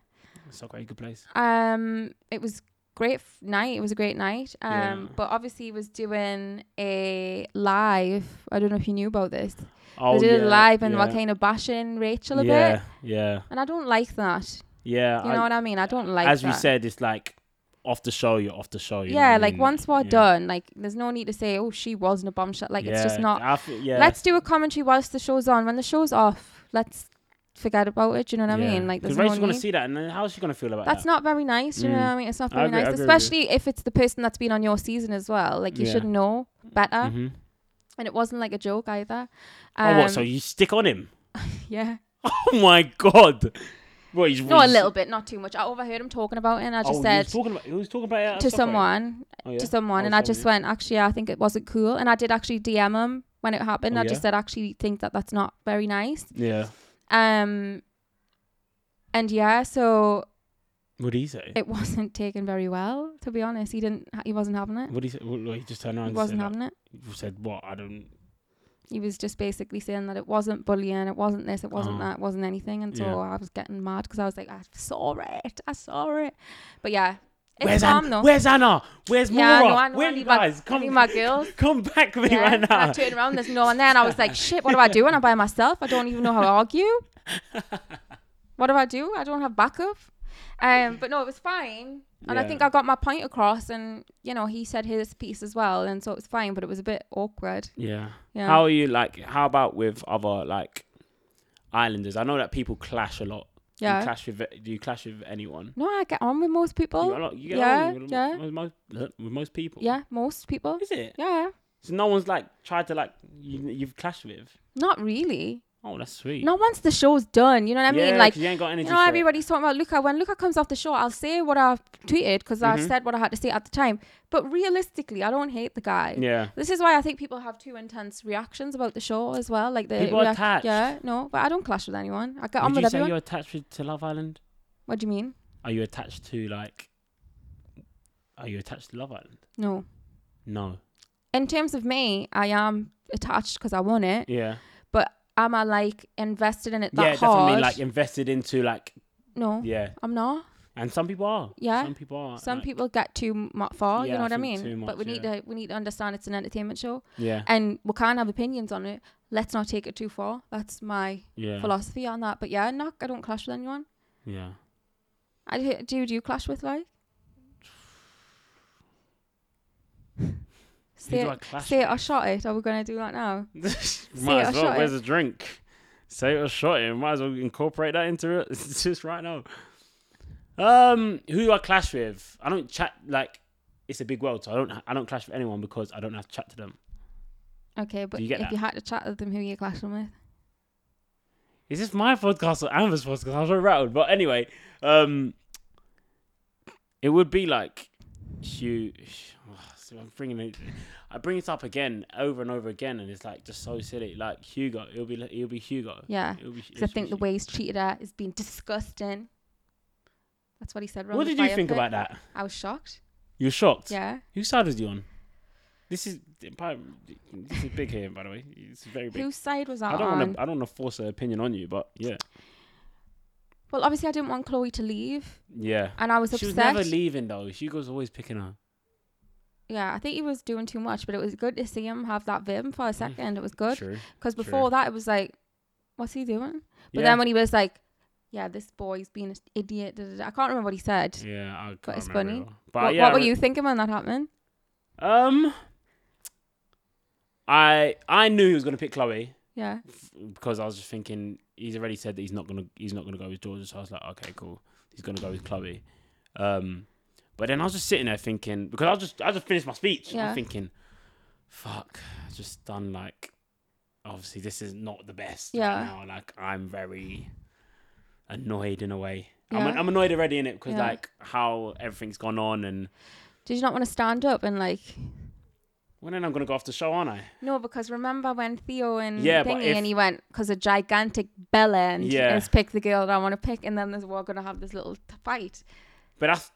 Speaker 1: Soccer aid, good place.
Speaker 2: Um, it was great f- night. It was a great night. Um,
Speaker 1: Yeah.
Speaker 2: but obviously he was doing a live. I don't know if you knew about this.
Speaker 1: Oh,
Speaker 2: they did
Speaker 1: yeah,
Speaker 2: a live and
Speaker 1: yeah.
Speaker 2: were kind of bashing Rachel a
Speaker 1: yeah,
Speaker 2: bit,
Speaker 1: yeah,
Speaker 2: and I don't like that.
Speaker 1: yeah.
Speaker 2: You
Speaker 1: I-
Speaker 2: know what I mean? I don't like
Speaker 1: as
Speaker 2: that.
Speaker 1: you said, it's like off the show. You're off the show. You know
Speaker 2: yeah,
Speaker 1: what I
Speaker 2: like
Speaker 1: mean?
Speaker 2: once we're
Speaker 1: Yeah.
Speaker 2: done, like there's no need to say, "Oh, she wasn't a bombshell." Like it's just
Speaker 1: Yeah,
Speaker 2: not.
Speaker 1: I feel- yeah.
Speaker 2: Let's do a commentary whilst the show's on. When the show's off, let's forget about it. Do you know what I
Speaker 1: Yeah.
Speaker 2: mean? Like
Speaker 1: 'Cause
Speaker 2: there's
Speaker 1: Rachel's
Speaker 2: no
Speaker 1: gonna
Speaker 2: need.
Speaker 1: see that, and then how's she gonna feel about
Speaker 2: That's
Speaker 1: that?
Speaker 2: not very nice. You know what I mean? It's not
Speaker 1: Mm. I
Speaker 2: very
Speaker 1: agree- I
Speaker 2: nice,
Speaker 1: agree with you.
Speaker 2: especially if it's the person that's been on your season as well. Like you
Speaker 1: Yeah.
Speaker 2: should know better.
Speaker 1: Mhm.
Speaker 2: And it wasn't like a joke either.
Speaker 1: oh, what? So
Speaker 2: Um,
Speaker 1: you stick on him?
Speaker 2: yeah,
Speaker 1: Oh my god! What? You,
Speaker 2: no,
Speaker 1: you
Speaker 2: a little bit, not too much. I overheard him talking about it, and I
Speaker 1: Oh,
Speaker 2: just
Speaker 1: he
Speaker 2: said
Speaker 1: was talking about, he was talking about it at
Speaker 2: to
Speaker 1: Soccer Aid?
Speaker 2: someone,
Speaker 1: Oh, yeah?
Speaker 2: to someone,
Speaker 1: Oh,
Speaker 2: and I
Speaker 1: sorry.
Speaker 2: just went, actually, I think it wasn't cool. And I did actually DM him when it happened.
Speaker 1: Oh,
Speaker 2: I
Speaker 1: yeah?
Speaker 2: just said, actually, think that that's not very nice.
Speaker 1: Yeah.
Speaker 2: Um, and yeah, so
Speaker 1: What did he say?
Speaker 2: it wasn't taken very well. To be honest, he didn't. He wasn't having it.
Speaker 1: What did he say? What, what, he just turned around.
Speaker 2: He
Speaker 1: and said
Speaker 2: wasn't
Speaker 1: that.
Speaker 2: having it.
Speaker 1: You said what? I don't.
Speaker 2: he was just basically saying that it wasn't bullying, it wasn't this, it wasn't
Speaker 1: Oh.
Speaker 2: that, it wasn't anything. And so
Speaker 1: Yeah.
Speaker 2: I was getting mad because I was like, I saw it, I saw it. But yeah, it's
Speaker 1: Where's
Speaker 2: calm
Speaker 1: Anna?
Speaker 2: though.
Speaker 1: Where's Anna? Where's Mora?
Speaker 2: Yeah, I know, I know, I
Speaker 1: Where are
Speaker 2: need
Speaker 1: you
Speaker 2: my-
Speaker 1: guys?
Speaker 2: I
Speaker 1: Come,
Speaker 2: need my girls.
Speaker 1: come back with me
Speaker 2: Yeah,
Speaker 1: right
Speaker 2: and
Speaker 1: now.
Speaker 2: I turned around, there's no one there, and I was like, shit, what do I do? And I'm by myself. I don't even know how to argue. What do I do? I don't have backup. Um, but no, it was fine. And I
Speaker 1: Yeah.
Speaker 2: think I got my point across, and you know, he said his piece as well, and so it was fine, but it was a bit awkward.
Speaker 1: Yeah.
Speaker 2: Yeah.
Speaker 1: How are you like? How about with other like islanders? I know that people clash a lot. Do
Speaker 2: Yeah.
Speaker 1: You clash with e, do you clash with anyone?
Speaker 2: No, I get on with most people.
Speaker 1: You, a lot, you get
Speaker 2: yeah,
Speaker 1: along with, mo-
Speaker 2: yeah.
Speaker 1: with most with most people.
Speaker 2: yeah, most people.
Speaker 1: Is it?
Speaker 2: Yeah,
Speaker 1: So no one's like tried to like you, you've clashed with.
Speaker 2: not really.
Speaker 1: Oh, that's sweet.
Speaker 2: Not once the show's done. You know what I
Speaker 1: yeah,
Speaker 2: mean?
Speaker 1: 'cause
Speaker 2: Like
Speaker 1: you ain't got
Speaker 2: You
Speaker 1: energy.
Speaker 2: know,
Speaker 1: for it.
Speaker 2: everybody's talking about Luca. When Luca comes off the show, I'll say what I tweeted because I
Speaker 1: Mhm.
Speaker 2: said what I had to say at the time. But realistically, I don't hate the guy.
Speaker 1: Yeah.
Speaker 2: This is why I think people have too intense reactions about the show as well. Like the
Speaker 1: People are attached.
Speaker 2: Yeah, no, but I don't clash with anyone. I get on
Speaker 1: Would
Speaker 2: with
Speaker 1: you say
Speaker 2: everyone.
Speaker 1: you're attached with- to Love Island?
Speaker 2: What do you mean?
Speaker 1: Are you attached to like? Are you attached to Love Island?
Speaker 2: No.
Speaker 1: No.
Speaker 2: In terms of me, I am attached because I won it.
Speaker 1: Yeah.
Speaker 2: But am I like invested in it that
Speaker 1: yeah,
Speaker 2: hard?
Speaker 1: definitely like invested into like
Speaker 2: no,
Speaker 1: yeah.
Speaker 2: I'm not.
Speaker 1: And some people are.
Speaker 2: Yeah.
Speaker 1: Some people are.
Speaker 2: Some
Speaker 1: like,
Speaker 2: people get too mu- far.
Speaker 1: Yeah,
Speaker 2: you
Speaker 1: I
Speaker 2: know what I
Speaker 1: think
Speaker 2: mean?
Speaker 1: too
Speaker 2: but we
Speaker 1: much,
Speaker 2: need
Speaker 1: yeah.
Speaker 2: to we need to understand it's an entertainment show.
Speaker 1: Yeah.
Speaker 2: and we can't have opinions on it. Let's not take it too far. That's my
Speaker 1: Yeah.
Speaker 2: philosophy on that. But yeah, not I don't clash with anyone.
Speaker 1: Yeah.
Speaker 2: I do. Do you clash with like?
Speaker 1: Who
Speaker 2: Say
Speaker 1: do I
Speaker 2: it,
Speaker 1: clash
Speaker 2: say it or
Speaker 1: with?
Speaker 2: shot it. Are we gonna do that now?
Speaker 1: Might
Speaker 2: it or
Speaker 1: as well.
Speaker 2: shot it.
Speaker 1: Where's the drink? Say it or shot it. Might as well incorporate that into it. It's just right now. Um, who do I clash with? I don't chat like it's a big world, so I don't I don't clash with anyone because I don't have to chat to them.
Speaker 2: Okay, but
Speaker 1: you get
Speaker 2: if
Speaker 1: that?
Speaker 2: you had to chat with them, who are you clashing with?
Speaker 1: Is this my podcast or Amber's podcast? I was so rattled. But anyway, um, it would be like Hugh. So I'm bringing it. I bring it up again over and over again, and it's like just so silly. Like Hugo, it'll be it'll be Hugo.
Speaker 2: Yeah,
Speaker 1: It'll be,
Speaker 2: because I
Speaker 1: it'll
Speaker 2: think
Speaker 1: be
Speaker 2: the
Speaker 1: Hu-
Speaker 2: way he's treated her has been disgusting. That's what he said. around
Speaker 1: What
Speaker 2: the
Speaker 1: did you
Speaker 2: fire
Speaker 1: think
Speaker 2: pit.
Speaker 1: about that?
Speaker 2: I was shocked.
Speaker 1: You were shocked.
Speaker 2: Yeah.
Speaker 1: Whose side was you on? This is this is big here, by the way. It's very big.
Speaker 2: Whose side was that
Speaker 1: I don't
Speaker 2: on?
Speaker 1: want to. I don't want to force an opinion on you, but yeah,
Speaker 2: Well, obviously, I didn't want Chloe to leave,
Speaker 1: yeah.
Speaker 2: and I was
Speaker 1: she
Speaker 2: upset.
Speaker 1: was never leaving though. Hugo's always picking her.
Speaker 2: Yeah, I think he was doing too much, but it was good to see him have that vim for a second. It was good
Speaker 1: Mm. True.
Speaker 2: because
Speaker 1: true.
Speaker 2: before that, it was like, what's he doing? But
Speaker 1: yeah.
Speaker 2: then when he was like, yeah, this boy's being an idiot. Da, da, da. I can't remember what he said.
Speaker 1: Yeah, I
Speaker 2: But
Speaker 1: can't
Speaker 2: it's
Speaker 1: remember
Speaker 2: funny.
Speaker 1: it all. But
Speaker 2: what,
Speaker 1: yeah,
Speaker 2: what
Speaker 1: I
Speaker 2: were
Speaker 1: re-
Speaker 2: you thinking when that happened?
Speaker 1: Um, I I knew he was gonna pick Chloe
Speaker 2: Yeah,
Speaker 1: f- because I was just thinking he's already said that he's not gonna he's not gonna go with Georgia. So I was like, okay, cool, he's gonna go with Chloe. Um, but then I was just sitting there thinking because I was just I just finished my speech.
Speaker 2: Yeah.
Speaker 1: I'm thinking, fuck, I've just done like obviously this is not the best
Speaker 2: Yeah.
Speaker 1: right now. Like I'm very annoyed in a way. I'm,
Speaker 2: Yeah.
Speaker 1: I'm annoyed already in it because
Speaker 2: Yeah.
Speaker 1: like how everything's gone on and
Speaker 2: did you not want to stand up and like?
Speaker 1: Well, then I'm gonna go off the show, aren't I?
Speaker 2: No, because remember when Theo and
Speaker 1: Yeah, but
Speaker 2: Thingy
Speaker 1: if-
Speaker 2: and he went because a gigantic bell end
Speaker 1: Yeah.
Speaker 2: is pick the girl that I want to pick, and then there's, we're gonna have this little t- fight.
Speaker 1: But that's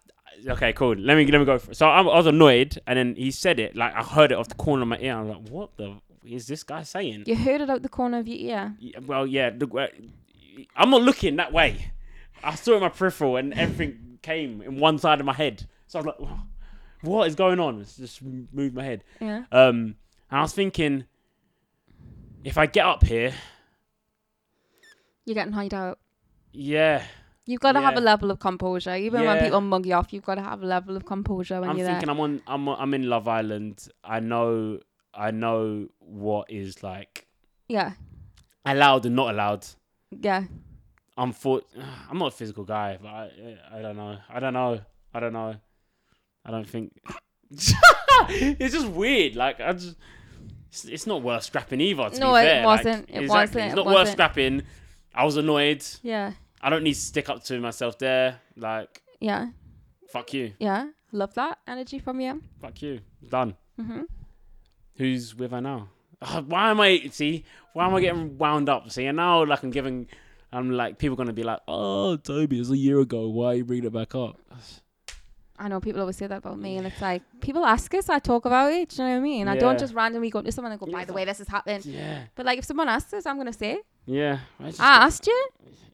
Speaker 1: okay. Cool. Let me let me go. For it. So I'm, I was annoyed, and then he said it. Like I heard it off the corner of my ear. I'm like, what the is this guy saying?
Speaker 2: You heard it out the corner of your ear.
Speaker 1: Yeah, Well, yeah. Look, uh, I'm not looking that way. I saw it in my peripheral, and everything came in one side of my head. So I was like, what is going on? It's just moved my head.
Speaker 2: Yeah,
Speaker 1: Um, and I was thinking, if I get up here,
Speaker 2: you're getting hired out.
Speaker 1: yeah,
Speaker 2: You've got to have a
Speaker 1: Yeah.
Speaker 2: level of composure. Even when
Speaker 1: Yeah.
Speaker 2: people mug you off, you've got to have a level of composure when
Speaker 1: I'm
Speaker 2: you're
Speaker 1: thinking
Speaker 2: there.
Speaker 1: I'm on I'm I'm in Love Island. I know I know what is like
Speaker 2: yeah,
Speaker 1: allowed and not allowed.
Speaker 2: yeah.
Speaker 1: I'm for, I'm not a physical guy, but I I don't know. I don't know. I don't know. I don't think it's just weird. Like I just it's, it's not worth scrapping either. To
Speaker 2: No,
Speaker 1: be
Speaker 2: it
Speaker 1: fair.
Speaker 2: wasn't.
Speaker 1: Like,
Speaker 2: It
Speaker 1: exactly.
Speaker 2: wasn't.
Speaker 1: It's
Speaker 2: It
Speaker 1: not worth
Speaker 2: wasn't.
Speaker 1: scrapping. I was annoyed.
Speaker 2: Yeah,
Speaker 1: I don't need to stick up to myself there. Like
Speaker 2: yeah,
Speaker 1: fuck you,
Speaker 2: yeah. Love that energy from you.
Speaker 1: fuck you. Done.
Speaker 2: hmm
Speaker 1: Who's with her now? Ah, why am I see? Why am I getting wound up? See, and now like I'm giving, I'm like people gonna be like, oh, Toby, it was a year ago. Why are you bringing it back up?
Speaker 2: I know people always say that about me, and it's like people ask us, I talk about it. Do you know what I mean? I
Speaker 1: Yeah.
Speaker 2: don't just randomly go to someone and go, by the way, this has happened.
Speaker 1: Yeah,
Speaker 2: But like, if someone asks us, I'm gonna say, it.
Speaker 1: yeah. I just-
Speaker 2: I asked you,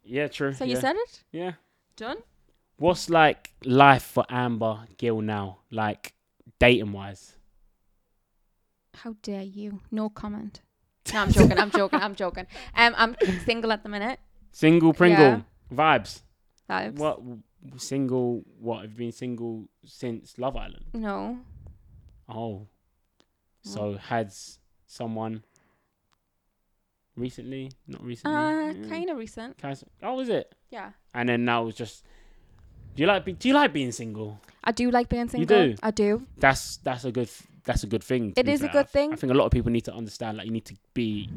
Speaker 1: yeah, true.
Speaker 2: Ah. so
Speaker 1: yeah.
Speaker 2: you said it.
Speaker 1: Yeah.
Speaker 2: Done.
Speaker 1: What's like life for Amber Gill now? Like dating wise.
Speaker 2: How dare you? No comment. No, I'm joking. I'm joking. I'm joking. Um, I'm single at the minute.
Speaker 1: Single Pringle
Speaker 2: Yeah.
Speaker 1: vibes.
Speaker 2: Vibes.
Speaker 1: What single? What have you been single since Love Island?
Speaker 2: No.
Speaker 1: Oh,
Speaker 2: Mm.
Speaker 1: so has someone recently? Not recently.
Speaker 2: Uh, kind of recent.
Speaker 1: of. Oh, is it?
Speaker 2: Yeah.
Speaker 1: And then now it's just. Do you like? be- Do you like being single?
Speaker 2: I do like being single.
Speaker 1: do?
Speaker 2: I do.
Speaker 1: That's that's a good. That's a good thing. to
Speaker 2: It
Speaker 1: be
Speaker 2: is a
Speaker 1: fair.
Speaker 2: good
Speaker 1: I-
Speaker 2: thing.
Speaker 1: I think a lot of people need to understand. Like you need to be.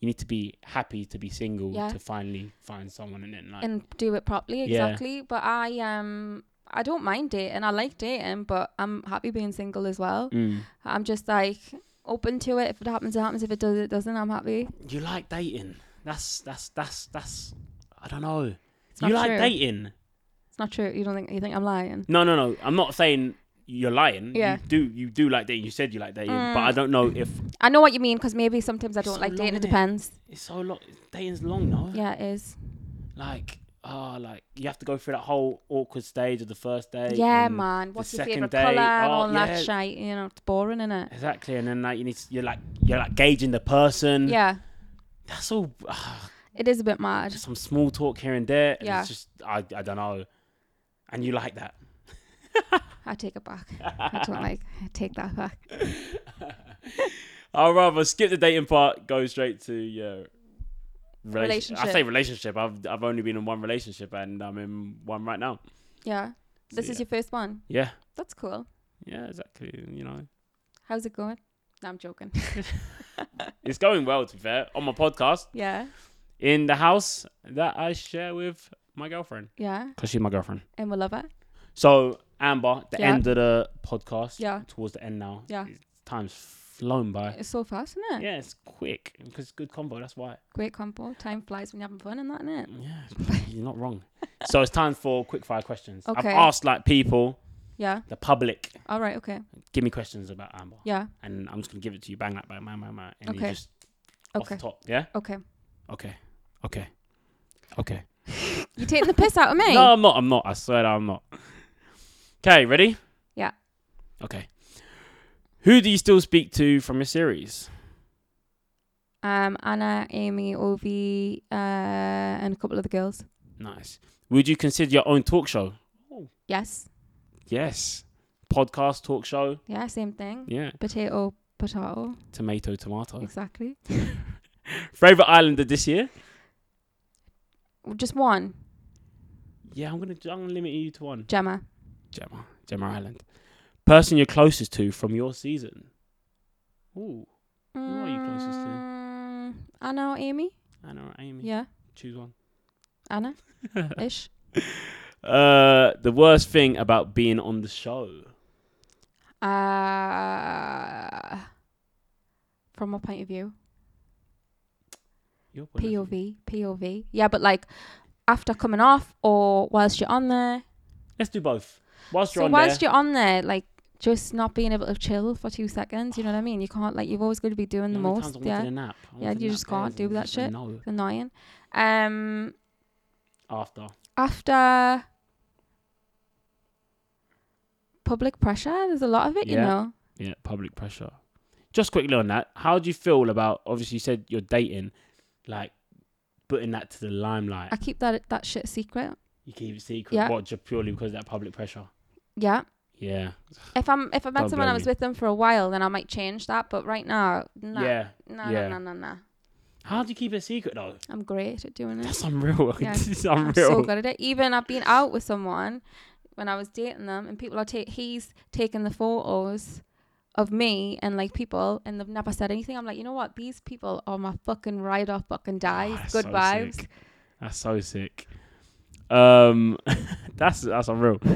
Speaker 1: You need to be happy to be single
Speaker 2: Yeah.
Speaker 1: to finally find someone, and then like
Speaker 2: and do it properly
Speaker 1: Yeah.
Speaker 2: exactly but i um i don't mind dating i like dating but i'm happy being single as well
Speaker 1: Mm.
Speaker 2: i'm just like open to it if it happens it happens if it does it doesn't i'm happy
Speaker 1: you like dating. That's that's that's that's. I don't know.
Speaker 2: it's
Speaker 1: You
Speaker 2: not
Speaker 1: like
Speaker 2: true
Speaker 1: dating.
Speaker 2: it's not true you don't think you think i'm lying
Speaker 1: No, no, no. I'm not saying you're lying.
Speaker 2: Yeah.
Speaker 1: You do you do like dating? You said you like dating, but
Speaker 2: Mm.
Speaker 1: I don't know if
Speaker 2: i know what you mean because maybe sometimes i
Speaker 1: It's
Speaker 2: don't
Speaker 1: so
Speaker 2: like dating
Speaker 1: long,
Speaker 2: it
Speaker 1: innit?
Speaker 2: depends
Speaker 1: it's so long. Dating's long, no?
Speaker 2: yeah it is
Speaker 1: Like, ah, like you have to go through that whole awkward stage of the first day.
Speaker 2: yeah
Speaker 1: and-
Speaker 2: man what's your
Speaker 1: second
Speaker 2: favorite
Speaker 1: date,
Speaker 2: color and
Speaker 1: oh,
Speaker 2: all
Speaker 1: yeah.
Speaker 2: that shit you know it's boring isn't it
Speaker 1: Exactly, and then like you need to, you're like you're like gauging the person.
Speaker 2: yeah
Speaker 1: That's all. ah,
Speaker 2: it is a bit mad
Speaker 1: just some small talk here and there. And
Speaker 2: Yeah.
Speaker 1: It's just I I don't know. And you like that.
Speaker 2: i take it back i don't like I take that back
Speaker 1: I'd rather skip the dating part, go straight to your rela-
Speaker 2: Relationship.
Speaker 1: I say relationship. I've I've only been in one relationship and I'm in one right now.
Speaker 2: yeah
Speaker 1: So,
Speaker 2: this is your first one
Speaker 1: yeah.
Speaker 2: that's cool
Speaker 1: yeah, yeah, exactly. You know,
Speaker 2: how's it going no, i'm joking
Speaker 1: it's going well. To be fair, on my podcast
Speaker 2: Yeah,
Speaker 1: in the house that I share with my girlfriend
Speaker 2: yeah,
Speaker 1: because she's my girlfriend.
Speaker 2: and we love it.
Speaker 1: So Amber, the
Speaker 2: Yeah.
Speaker 1: end of the podcast.
Speaker 2: Yeah.
Speaker 1: towards the end now.
Speaker 2: Yeah.
Speaker 1: time's flown by.
Speaker 2: It's so fast, isn't it?
Speaker 1: Yeah, it's quick because good combo. That's why.
Speaker 2: Great combo. Time flies when you're having fun, and that, innit?
Speaker 1: Yeah, you're not wrong. So it's time for quick fire questions. I've
Speaker 2: Okay.
Speaker 1: asked like people,
Speaker 2: Yeah.
Speaker 1: the public,
Speaker 2: All right. Okay.
Speaker 1: give me questions about Amber,
Speaker 2: Yeah.
Speaker 1: and I'm just gonna give it to you, bang, like, bang, bang, bang, bang, and you
Speaker 2: Okay.
Speaker 1: just off the
Speaker 2: Okay.
Speaker 1: top, yeah.
Speaker 2: Okay.
Speaker 1: Okay, okay, okay.
Speaker 2: You taking the piss out of me?
Speaker 1: No, I'm not. I'm not. I swear, I'm not. Okay, ready?
Speaker 2: Yeah.
Speaker 1: Okay. Who do you still speak to from your series?
Speaker 2: Um, Anna, Amy, Ovi, uh, and a couple of the girls.
Speaker 1: Nice. Would you consider your own talk show?
Speaker 2: Yes.
Speaker 1: Yes. Podcast talk show.
Speaker 2: Yeah. Same thing.
Speaker 1: Yeah. Oh.
Speaker 2: Potato. Potato.
Speaker 1: Tomato, tomato.
Speaker 2: Exactly.
Speaker 1: Favorite Islander this year?
Speaker 2: Just one.
Speaker 1: Yeah, I'm gonna I'm gonna limit you to one.
Speaker 2: Gemma.
Speaker 1: Gemma, Gemma Island. Person you're closest to from your season. Ooh, are you closest to?
Speaker 2: Mm, Anna or Amy?
Speaker 1: Anna or Amy?
Speaker 2: Yeah.
Speaker 1: Choose one.
Speaker 2: Anna. Ish.
Speaker 1: Uh, the worst thing about being on the show.
Speaker 2: Uh, from my point of view.
Speaker 1: Your point of view.
Speaker 2: POV, POV. Yeah, but like after coming off or whilst you're on there.
Speaker 1: Let's do both. Whilst you're
Speaker 2: so
Speaker 1: on
Speaker 2: whilst
Speaker 1: there.
Speaker 2: you're on there, like just not being able to chill for two seconds, you know what I mean? You can't like you've always got to be doing
Speaker 1: you
Speaker 2: the
Speaker 1: know how many times
Speaker 2: most.
Speaker 1: I wanted
Speaker 2: Yeah.
Speaker 1: a nap? I
Speaker 2: Yeah,
Speaker 1: wanted
Speaker 2: you
Speaker 1: a
Speaker 2: just
Speaker 1: nap
Speaker 2: can't
Speaker 1: days
Speaker 2: do
Speaker 1: and
Speaker 2: that
Speaker 1: just went,
Speaker 2: shit.
Speaker 1: No.
Speaker 2: It's annoying. Um
Speaker 1: After.
Speaker 2: after public pressure, there's a lot of it, you
Speaker 1: Yeah.
Speaker 2: know.
Speaker 1: Yeah, public pressure. Just quickly on that, how do you feel about obviously you said you're dating, like putting that to the limelight?
Speaker 2: I keep that that shit secret.
Speaker 1: you keep it secret,
Speaker 2: Yeah.
Speaker 1: what just purely because of that public pressure?
Speaker 2: Yeah.
Speaker 1: Yeah.
Speaker 2: If I'm if I met
Speaker 1: Don't
Speaker 2: someone I
Speaker 1: blame
Speaker 2: was
Speaker 1: you.
Speaker 2: with them for a while, then I might change that. But right now, nah.
Speaker 1: Yeah.
Speaker 2: Nah,
Speaker 1: yeah.
Speaker 2: nah, nah, nah, nah.
Speaker 1: How do you keep it secret though?
Speaker 2: I'm great at doing it.
Speaker 1: That's unreal.
Speaker 2: Yeah.
Speaker 1: this is
Speaker 2: I'm
Speaker 1: unreal.
Speaker 2: so good at it. Even I've been out with someone when I was dating them, and people are take he's taking the photos of me and like people, and they've never said anything. I'm like, you know what? These people are my fucking ride or fucking dies.
Speaker 1: that's
Speaker 2: good
Speaker 1: Ah, so
Speaker 2: vibes.
Speaker 1: sick. That's so sick. Um, that's that's unreal.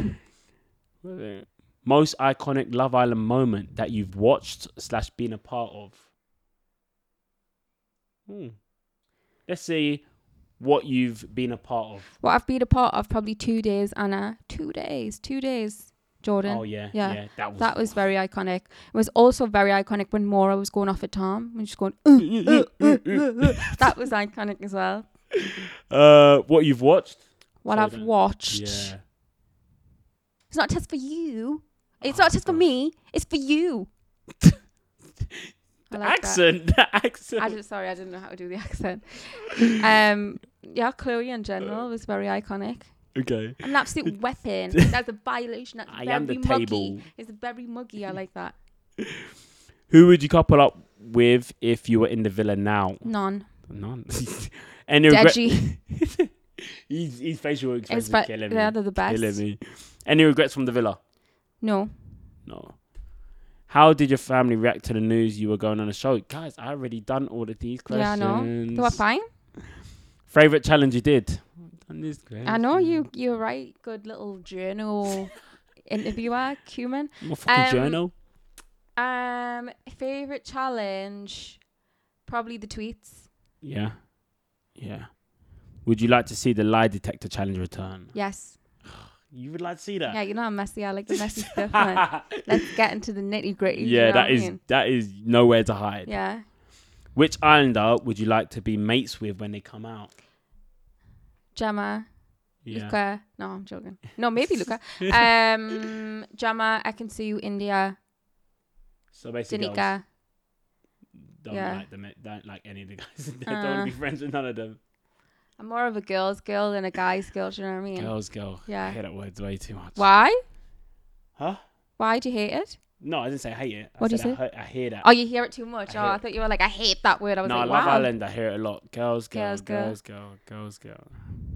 Speaker 1: Most iconic Love Island moment that you've watched slash been a part of. Hmm. Let's see what you've been a part of.
Speaker 2: What I've been a part of probably two days, Anna. Two days, two days, Jordan.
Speaker 1: Oh yeah, yeah,
Speaker 2: Yeah.
Speaker 1: that was
Speaker 2: That was very iconic. It was also very iconic when Mora was going off at Tom when she's going. "Uh, uh, uh, uh, uh." that was iconic as well.
Speaker 1: uh, what you've watched.
Speaker 2: What
Speaker 1: So
Speaker 2: I've
Speaker 1: then-
Speaker 2: watched.
Speaker 1: Yeah,
Speaker 2: It's not just for you.
Speaker 1: Oh
Speaker 2: It's not just for me. It's for you. I like that.
Speaker 1: accent, that. accent.
Speaker 2: I just sorry, I didn't know how to do the accent. Um, yeah, Chloe in general was very iconic.
Speaker 1: okay.
Speaker 2: I'm an absolute weapon. That's a violation. That's
Speaker 1: I
Speaker 2: very
Speaker 1: am the
Speaker 2: muggy.
Speaker 1: table.
Speaker 2: It's very muggy. I like that.
Speaker 1: Who would you couple up with if you were in the villa now?
Speaker 2: None.
Speaker 1: None. Any regret?
Speaker 2: Deji.
Speaker 1: His, his facial
Speaker 2: It's
Speaker 1: expressions
Speaker 2: but
Speaker 1: killing
Speaker 2: yeah,
Speaker 1: me.
Speaker 2: they're the
Speaker 1: Killing
Speaker 2: best.
Speaker 1: me. Any regrets from the villa?
Speaker 2: No.
Speaker 1: No. How did your family react to the news you were going on a show? Guys, I already done all of these
Speaker 2: Yeah, I
Speaker 1: questions.
Speaker 2: know. They were fine.
Speaker 1: Favorite challenge you did? Done this
Speaker 2: I know you. You're right. Good little journal interviewer, cumin.
Speaker 1: My fucking
Speaker 2: Um,
Speaker 1: journal.
Speaker 2: Um, favorite challenge, probably the tweets.
Speaker 1: Yeah. Yeah. Would you like to see the lie detector challenge return?
Speaker 2: Yes.
Speaker 1: You would like to see
Speaker 2: Yeah,
Speaker 1: that.
Speaker 2: you know I'm messy. I like the messy stuff. man. Let's get into the nitty gritty.
Speaker 1: yeah,
Speaker 2: you know what
Speaker 1: that
Speaker 2: I
Speaker 1: is
Speaker 2: mean?
Speaker 1: that is nowhere to hide.
Speaker 2: Yeah.
Speaker 1: Which islander would you like to be mates with when they come out?
Speaker 2: Gemma,
Speaker 1: Yeah.
Speaker 2: Luca. No, I'm joking. No, maybe Luca. um, Gemma, I can see you, India,
Speaker 1: So basically, girls
Speaker 2: Danica.
Speaker 1: don't
Speaker 2: yeah.
Speaker 1: like them. Don't like any of the guys. They don't want to
Speaker 2: Uh.
Speaker 1: be friends with none of them.
Speaker 2: I'm more of a girl's girl than a guy's girl. Do you know what I mean?
Speaker 1: Girls, girl. I
Speaker 2: Yeah.
Speaker 1: hate that word way too much.
Speaker 2: Why?
Speaker 1: Huh?
Speaker 2: Why do you hate it?
Speaker 1: No, I didn't say I hate it. I
Speaker 2: What do you
Speaker 1: said I, he- I hear that.
Speaker 2: Oh, you hear it too much.
Speaker 1: I
Speaker 2: oh,
Speaker 1: hear
Speaker 2: I
Speaker 1: it.
Speaker 2: thought you were like, I hate that word. I was
Speaker 1: no, I
Speaker 2: like,
Speaker 1: Love
Speaker 2: wow.
Speaker 1: Island. I hear it a lot. Girls, girl, girls,
Speaker 2: Girls, girl.
Speaker 1: girls, girl, girls,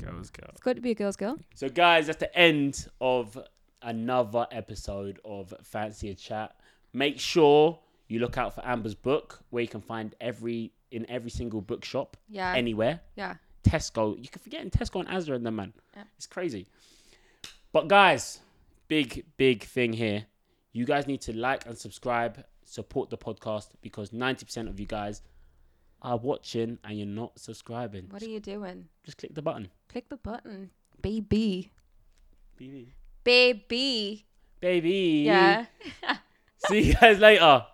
Speaker 1: girl, girls, girl.
Speaker 2: It's good to be a girl's girl.
Speaker 1: So, guys, that's the end of another episode of Fancy a Chat. Make sure you look out for Amber's book, where you can find every in every single bookshop
Speaker 2: Yeah.
Speaker 1: anywhere.
Speaker 2: yeah.
Speaker 1: Tesco, you can forget in Tesco and Asda and them man.
Speaker 2: Yeah.
Speaker 1: It's crazy. But guys, big big thing here. You guys need to like and subscribe, support the podcast because ninety percent of you guys are watching and you're not subscribing.
Speaker 2: What are you doing?
Speaker 1: Just click the button.
Speaker 2: Click the button. Baby.
Speaker 1: Baby.
Speaker 2: Baby.
Speaker 1: Baby.
Speaker 2: Yeah.
Speaker 1: See uh, you guys later.